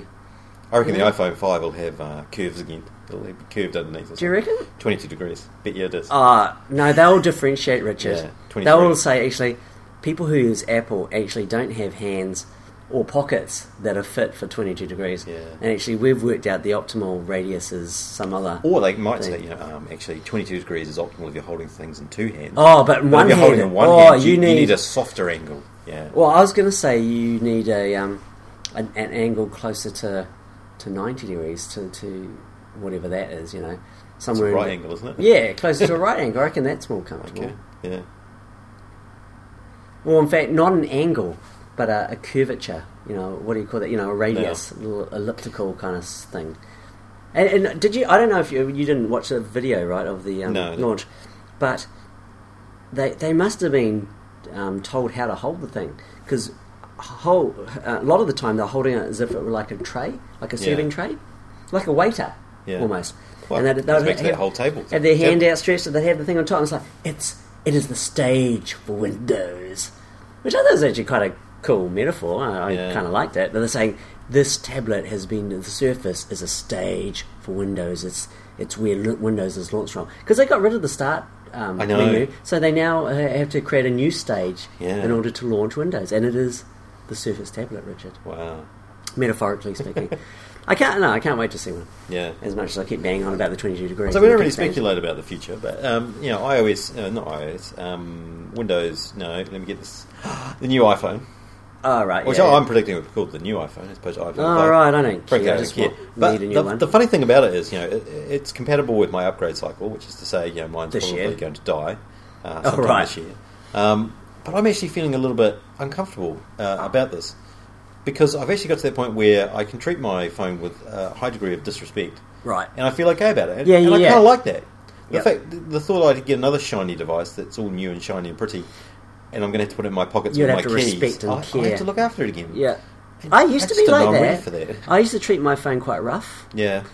[SPEAKER 2] I reckon
[SPEAKER 1] yeah.
[SPEAKER 2] the iPhone five will have uh, curves again. It'll be curved underneath. or
[SPEAKER 1] Do you reckon?
[SPEAKER 2] something. Twenty-two degrees. Bet you it is.
[SPEAKER 1] Uh, no, they'll differentiate, Richard.
[SPEAKER 2] Yeah, 23.
[SPEAKER 1] they'll say, actually, people who use Apple actually don't have hands or pockets that are fit for 22 degrees.
[SPEAKER 2] Yeah.
[SPEAKER 1] And actually, we've worked out the optimal radius is some other.
[SPEAKER 2] Or they might say,
[SPEAKER 1] Thing.
[SPEAKER 2] you know, um, actually, twenty-two degrees is optimal if you're holding things in two hands.
[SPEAKER 1] Oh, but
[SPEAKER 2] But
[SPEAKER 1] one
[SPEAKER 2] if you're
[SPEAKER 1] hand.
[SPEAKER 2] holding in one
[SPEAKER 1] oh,
[SPEAKER 2] hand,
[SPEAKER 1] you, need. Oh,
[SPEAKER 2] a softer angle. Yeah.
[SPEAKER 1] well, I was going to say you need a um, an, an angle closer to to 90 degrees to, to whatever that is, you know,
[SPEAKER 2] it's a
[SPEAKER 1] somewhere. in
[SPEAKER 2] right
[SPEAKER 1] the-
[SPEAKER 2] angle, isn't it?
[SPEAKER 1] Yeah, closer to a right angle. I reckon that's more comfortable.
[SPEAKER 2] Okay. Yeah.
[SPEAKER 1] Well, in fact, not an angle, but a, a curvature. You know, what do you call that? You know, a radius, a little elliptical kind of s- thing. And, and did you? I don't know if you you didn't watch the video right of the um,
[SPEAKER 2] No, I didn't.
[SPEAKER 1] launch, but they they must have been um, told how to hold the thing because whole a lot of the time they're holding it as if it were like a tray, like a
[SPEAKER 2] Yeah.
[SPEAKER 1] serving tray, like a waiter
[SPEAKER 2] Yeah.
[SPEAKER 1] almost.
[SPEAKER 2] Well,
[SPEAKER 1] and they,
[SPEAKER 2] goes back to that whole table
[SPEAKER 1] Have their
[SPEAKER 2] thing.
[SPEAKER 1] hand outstretched, and they have the thing on top. And it's like it's it is the stage for Windows, which I thought was actually quite a cool metaphor. I, I
[SPEAKER 2] Yeah.
[SPEAKER 1] kind of liked that. But they're saying this tablet has been the Surface is a stage for Windows. It's it's where Lu- Windows is launched from because they got rid of the start. Um,
[SPEAKER 2] I know.
[SPEAKER 1] menu, so they now uh, have to create a new stage
[SPEAKER 2] Yeah.
[SPEAKER 1] in order to launch Windows, and it is the Surface tablet, Richard.
[SPEAKER 2] Wow.
[SPEAKER 1] Metaphorically speaking, I can't. No, I can't wait to see one.
[SPEAKER 2] Yeah.
[SPEAKER 1] As much as I keep banging on about the 22 degrees.
[SPEAKER 2] So we
[SPEAKER 1] and
[SPEAKER 2] don't
[SPEAKER 1] the
[SPEAKER 2] really
[SPEAKER 1] kickstand.
[SPEAKER 2] speculate about the future, but um, you know, iOS, uh, not iOS, um, Windows. No, let me get this. The new iPhone,
[SPEAKER 1] Oh, right.
[SPEAKER 2] which
[SPEAKER 1] yeah,
[SPEAKER 2] I-
[SPEAKER 1] yeah.
[SPEAKER 2] I'm predicting will be called the new iPhone as opposed to iPhone.
[SPEAKER 1] Oh,
[SPEAKER 2] 5.
[SPEAKER 1] right, I don't
[SPEAKER 2] Frankly,
[SPEAKER 1] care,
[SPEAKER 2] I
[SPEAKER 1] I just
[SPEAKER 2] don't care.
[SPEAKER 1] want-
[SPEAKER 2] But
[SPEAKER 1] need a new
[SPEAKER 2] the,
[SPEAKER 1] one.
[SPEAKER 2] the funny thing about it is, you know, it, it's compatible with my upgrade cycle, which is to say, you know, mine's
[SPEAKER 1] This
[SPEAKER 2] probably
[SPEAKER 1] year?
[SPEAKER 2] going to die uh,
[SPEAKER 1] Oh,
[SPEAKER 2] sometime
[SPEAKER 1] right.
[SPEAKER 2] this year. Um, but I'm actually feeling a little bit uncomfortable uh, about this because I've actually got to that point where I can treat my phone with a high degree of disrespect
[SPEAKER 1] Right.
[SPEAKER 2] and I feel okay about it.
[SPEAKER 1] Yeah,
[SPEAKER 2] and I
[SPEAKER 1] yeah,
[SPEAKER 2] kind of
[SPEAKER 1] yeah.
[SPEAKER 2] like that. The
[SPEAKER 1] Yeah.
[SPEAKER 2] fact, the- the thought I'd get another shiny device that's all new and shiny and pretty, and I'm going to have to put it in my pockets
[SPEAKER 1] You'd
[SPEAKER 2] with
[SPEAKER 1] have
[SPEAKER 2] my
[SPEAKER 1] to
[SPEAKER 2] keys.
[SPEAKER 1] respect and
[SPEAKER 2] I, I
[SPEAKER 1] care.
[SPEAKER 2] have to look after it again.
[SPEAKER 1] Yeah. I used to
[SPEAKER 2] just
[SPEAKER 1] be
[SPEAKER 2] don't know
[SPEAKER 1] like
[SPEAKER 2] I'm ready
[SPEAKER 1] that.
[SPEAKER 2] for that.
[SPEAKER 1] I used to treat my phone quite rough,
[SPEAKER 2] Yeah.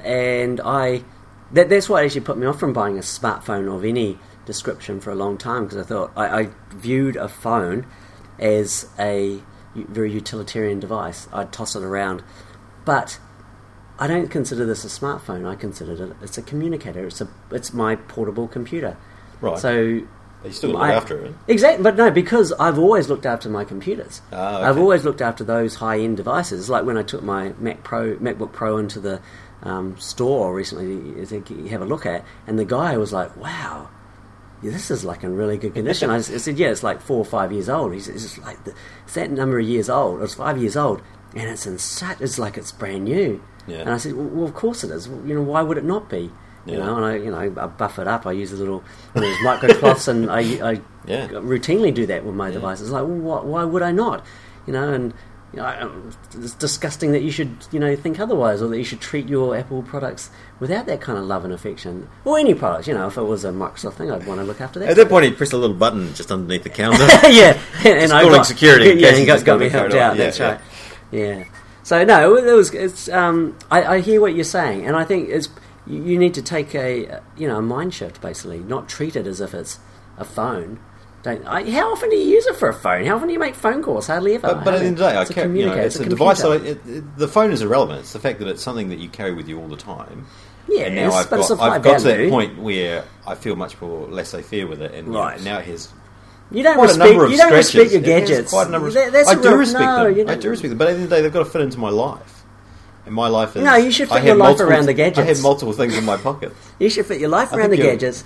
[SPEAKER 1] and I that, that's what actually put me off from buying a smartphone of any description for a long time because I thought I, I viewed a phone as a u- very utilitarian device. I'd toss it around, but I don't consider this a smartphone. I consider it it's a communicator. It's a it's my portable computer.
[SPEAKER 2] Right.
[SPEAKER 1] So
[SPEAKER 2] But you still look
[SPEAKER 1] I-
[SPEAKER 2] after it.
[SPEAKER 1] Exactly, but no, because I've always looked after my computers.
[SPEAKER 2] Ah, okay.
[SPEAKER 1] I've always looked after those high-end devices. Like when I took my Mac Pro, MacBook Pro into the um, store recently to g- have a look at, and the guy was like, "Wow." yeah, This is like in really good condition. I s- I said, "Yeah, it's like four or five years old." He said, "It's like the, it's that number of years old. It's five years old, and it's in such. It's like it's brand new."
[SPEAKER 2] Yeah.
[SPEAKER 1] And I said, "Well, well, of course it is. Well, you know, why would it not be?" You
[SPEAKER 2] Yeah.
[SPEAKER 1] know, and I, you know, I buff it up. I use a little one of those microcloths, and I, I
[SPEAKER 2] Yeah.
[SPEAKER 1] routinely do that with my devices. Like, well, wh- why would I not? You know, and you know, I- it's disgusting that you should, you know, think otherwise, or that you should treat your Apple products without that kind of love and affection, or any product. You know, if it was a Microsoft thing, I'd want to look after that.
[SPEAKER 2] At that point, he pressed a little button just underneath the counter.
[SPEAKER 1] yeah, and, and I
[SPEAKER 2] calling
[SPEAKER 1] got
[SPEAKER 2] security in
[SPEAKER 1] Yeah,
[SPEAKER 2] case
[SPEAKER 1] and
[SPEAKER 2] you
[SPEAKER 1] got,
[SPEAKER 2] just
[SPEAKER 1] got
[SPEAKER 2] got
[SPEAKER 1] me
[SPEAKER 2] referred
[SPEAKER 1] helped
[SPEAKER 2] on.
[SPEAKER 1] out.
[SPEAKER 2] Yeah,
[SPEAKER 1] that's right. Yeah. So no, it was. It's. Um, I, I hear what you're saying, and I think it's. You you need to take a you know a mind shift basically, not treat it as if it's a phone. Don't, I, how often do you use it for a phone? How often do you make phone calls? Hardly ever.
[SPEAKER 2] But, but at the end of the day, I
[SPEAKER 1] It's a
[SPEAKER 2] care, you know,
[SPEAKER 1] communicator,
[SPEAKER 2] it's, a,
[SPEAKER 1] computer.
[SPEAKER 2] device. That I, it, it, the phone is irrelevant. It's the fact that it's something that you carry with you all the time.
[SPEAKER 1] Yeah,
[SPEAKER 2] and now
[SPEAKER 1] it's-
[SPEAKER 2] I've
[SPEAKER 1] but
[SPEAKER 2] got,
[SPEAKER 1] it's of high
[SPEAKER 2] I've got to that
[SPEAKER 1] value.
[SPEAKER 2] point where I feel much more laissez-faire with it, and you know,
[SPEAKER 1] Right.
[SPEAKER 2] now it has
[SPEAKER 1] You don't
[SPEAKER 2] quite
[SPEAKER 1] respect.
[SPEAKER 2] a number of
[SPEAKER 1] you don't
[SPEAKER 2] stretches.
[SPEAKER 1] respect your
[SPEAKER 2] It has
[SPEAKER 1] gadgets.
[SPEAKER 2] Quite a number of,
[SPEAKER 1] That- that's
[SPEAKER 2] I
[SPEAKER 1] a
[SPEAKER 2] do
[SPEAKER 1] real-
[SPEAKER 2] respect
[SPEAKER 1] no, you
[SPEAKER 2] them. I
[SPEAKER 1] don't.
[SPEAKER 2] do respect them. But at the end of the day, they've got to fit into my life, and my life is
[SPEAKER 1] No, you should
[SPEAKER 2] I
[SPEAKER 1] fit
[SPEAKER 2] have
[SPEAKER 1] your life
[SPEAKER 2] multiple-
[SPEAKER 1] around the
[SPEAKER 2] I have
[SPEAKER 1] gadgets.
[SPEAKER 2] multiple things in my pocket,
[SPEAKER 1] You should fit your life
[SPEAKER 2] I
[SPEAKER 1] around the
[SPEAKER 2] think you're-
[SPEAKER 1] gadgets.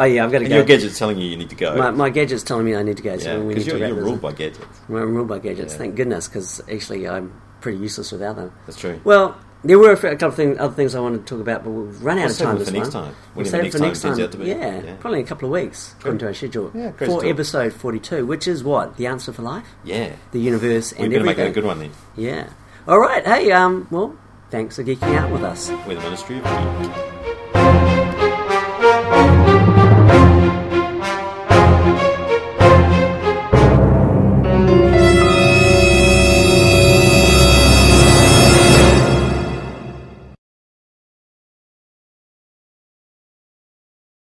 [SPEAKER 1] Oh yeah, I've got to
[SPEAKER 2] and
[SPEAKER 1] go.
[SPEAKER 2] your gadget's telling you you need to go.
[SPEAKER 1] My, my gadget's telling me I need to go.
[SPEAKER 2] yeah,
[SPEAKER 1] So we need
[SPEAKER 2] because
[SPEAKER 1] to
[SPEAKER 2] you're,
[SPEAKER 1] wrap
[SPEAKER 2] you're
[SPEAKER 1] this up.
[SPEAKER 2] ruled by gadgets.
[SPEAKER 1] Well, I'm ruled by gadgets,
[SPEAKER 2] Yeah.
[SPEAKER 1] thank goodness, because actually I'm pretty useless without them.
[SPEAKER 2] That's true.
[SPEAKER 1] Well, there were a few- a couple of things, other things I wanted to talk about, but we've run out
[SPEAKER 2] We'll
[SPEAKER 1] of
[SPEAKER 2] save
[SPEAKER 1] time
[SPEAKER 2] them
[SPEAKER 1] this
[SPEAKER 2] for next
[SPEAKER 1] one.
[SPEAKER 2] time,
[SPEAKER 1] We'll
[SPEAKER 2] whenever
[SPEAKER 1] save it
[SPEAKER 2] next
[SPEAKER 1] for
[SPEAKER 2] time
[SPEAKER 1] next
[SPEAKER 2] turns
[SPEAKER 1] time.
[SPEAKER 2] out to be.
[SPEAKER 1] Yeah,
[SPEAKER 2] Yeah.
[SPEAKER 1] probably in a couple of weeks, according to our schedule.
[SPEAKER 2] Yeah, crazy
[SPEAKER 1] for
[SPEAKER 2] talk.
[SPEAKER 1] episode 42, which is what? The answer for life?
[SPEAKER 2] Yeah,
[SPEAKER 1] The universe
[SPEAKER 2] we're
[SPEAKER 1] and
[SPEAKER 2] going to make
[SPEAKER 1] everything.
[SPEAKER 2] it a good one then.
[SPEAKER 1] Yeah. All right, hey, um, well, thanks for geeking out with us.
[SPEAKER 2] We're the Ministry of Geek.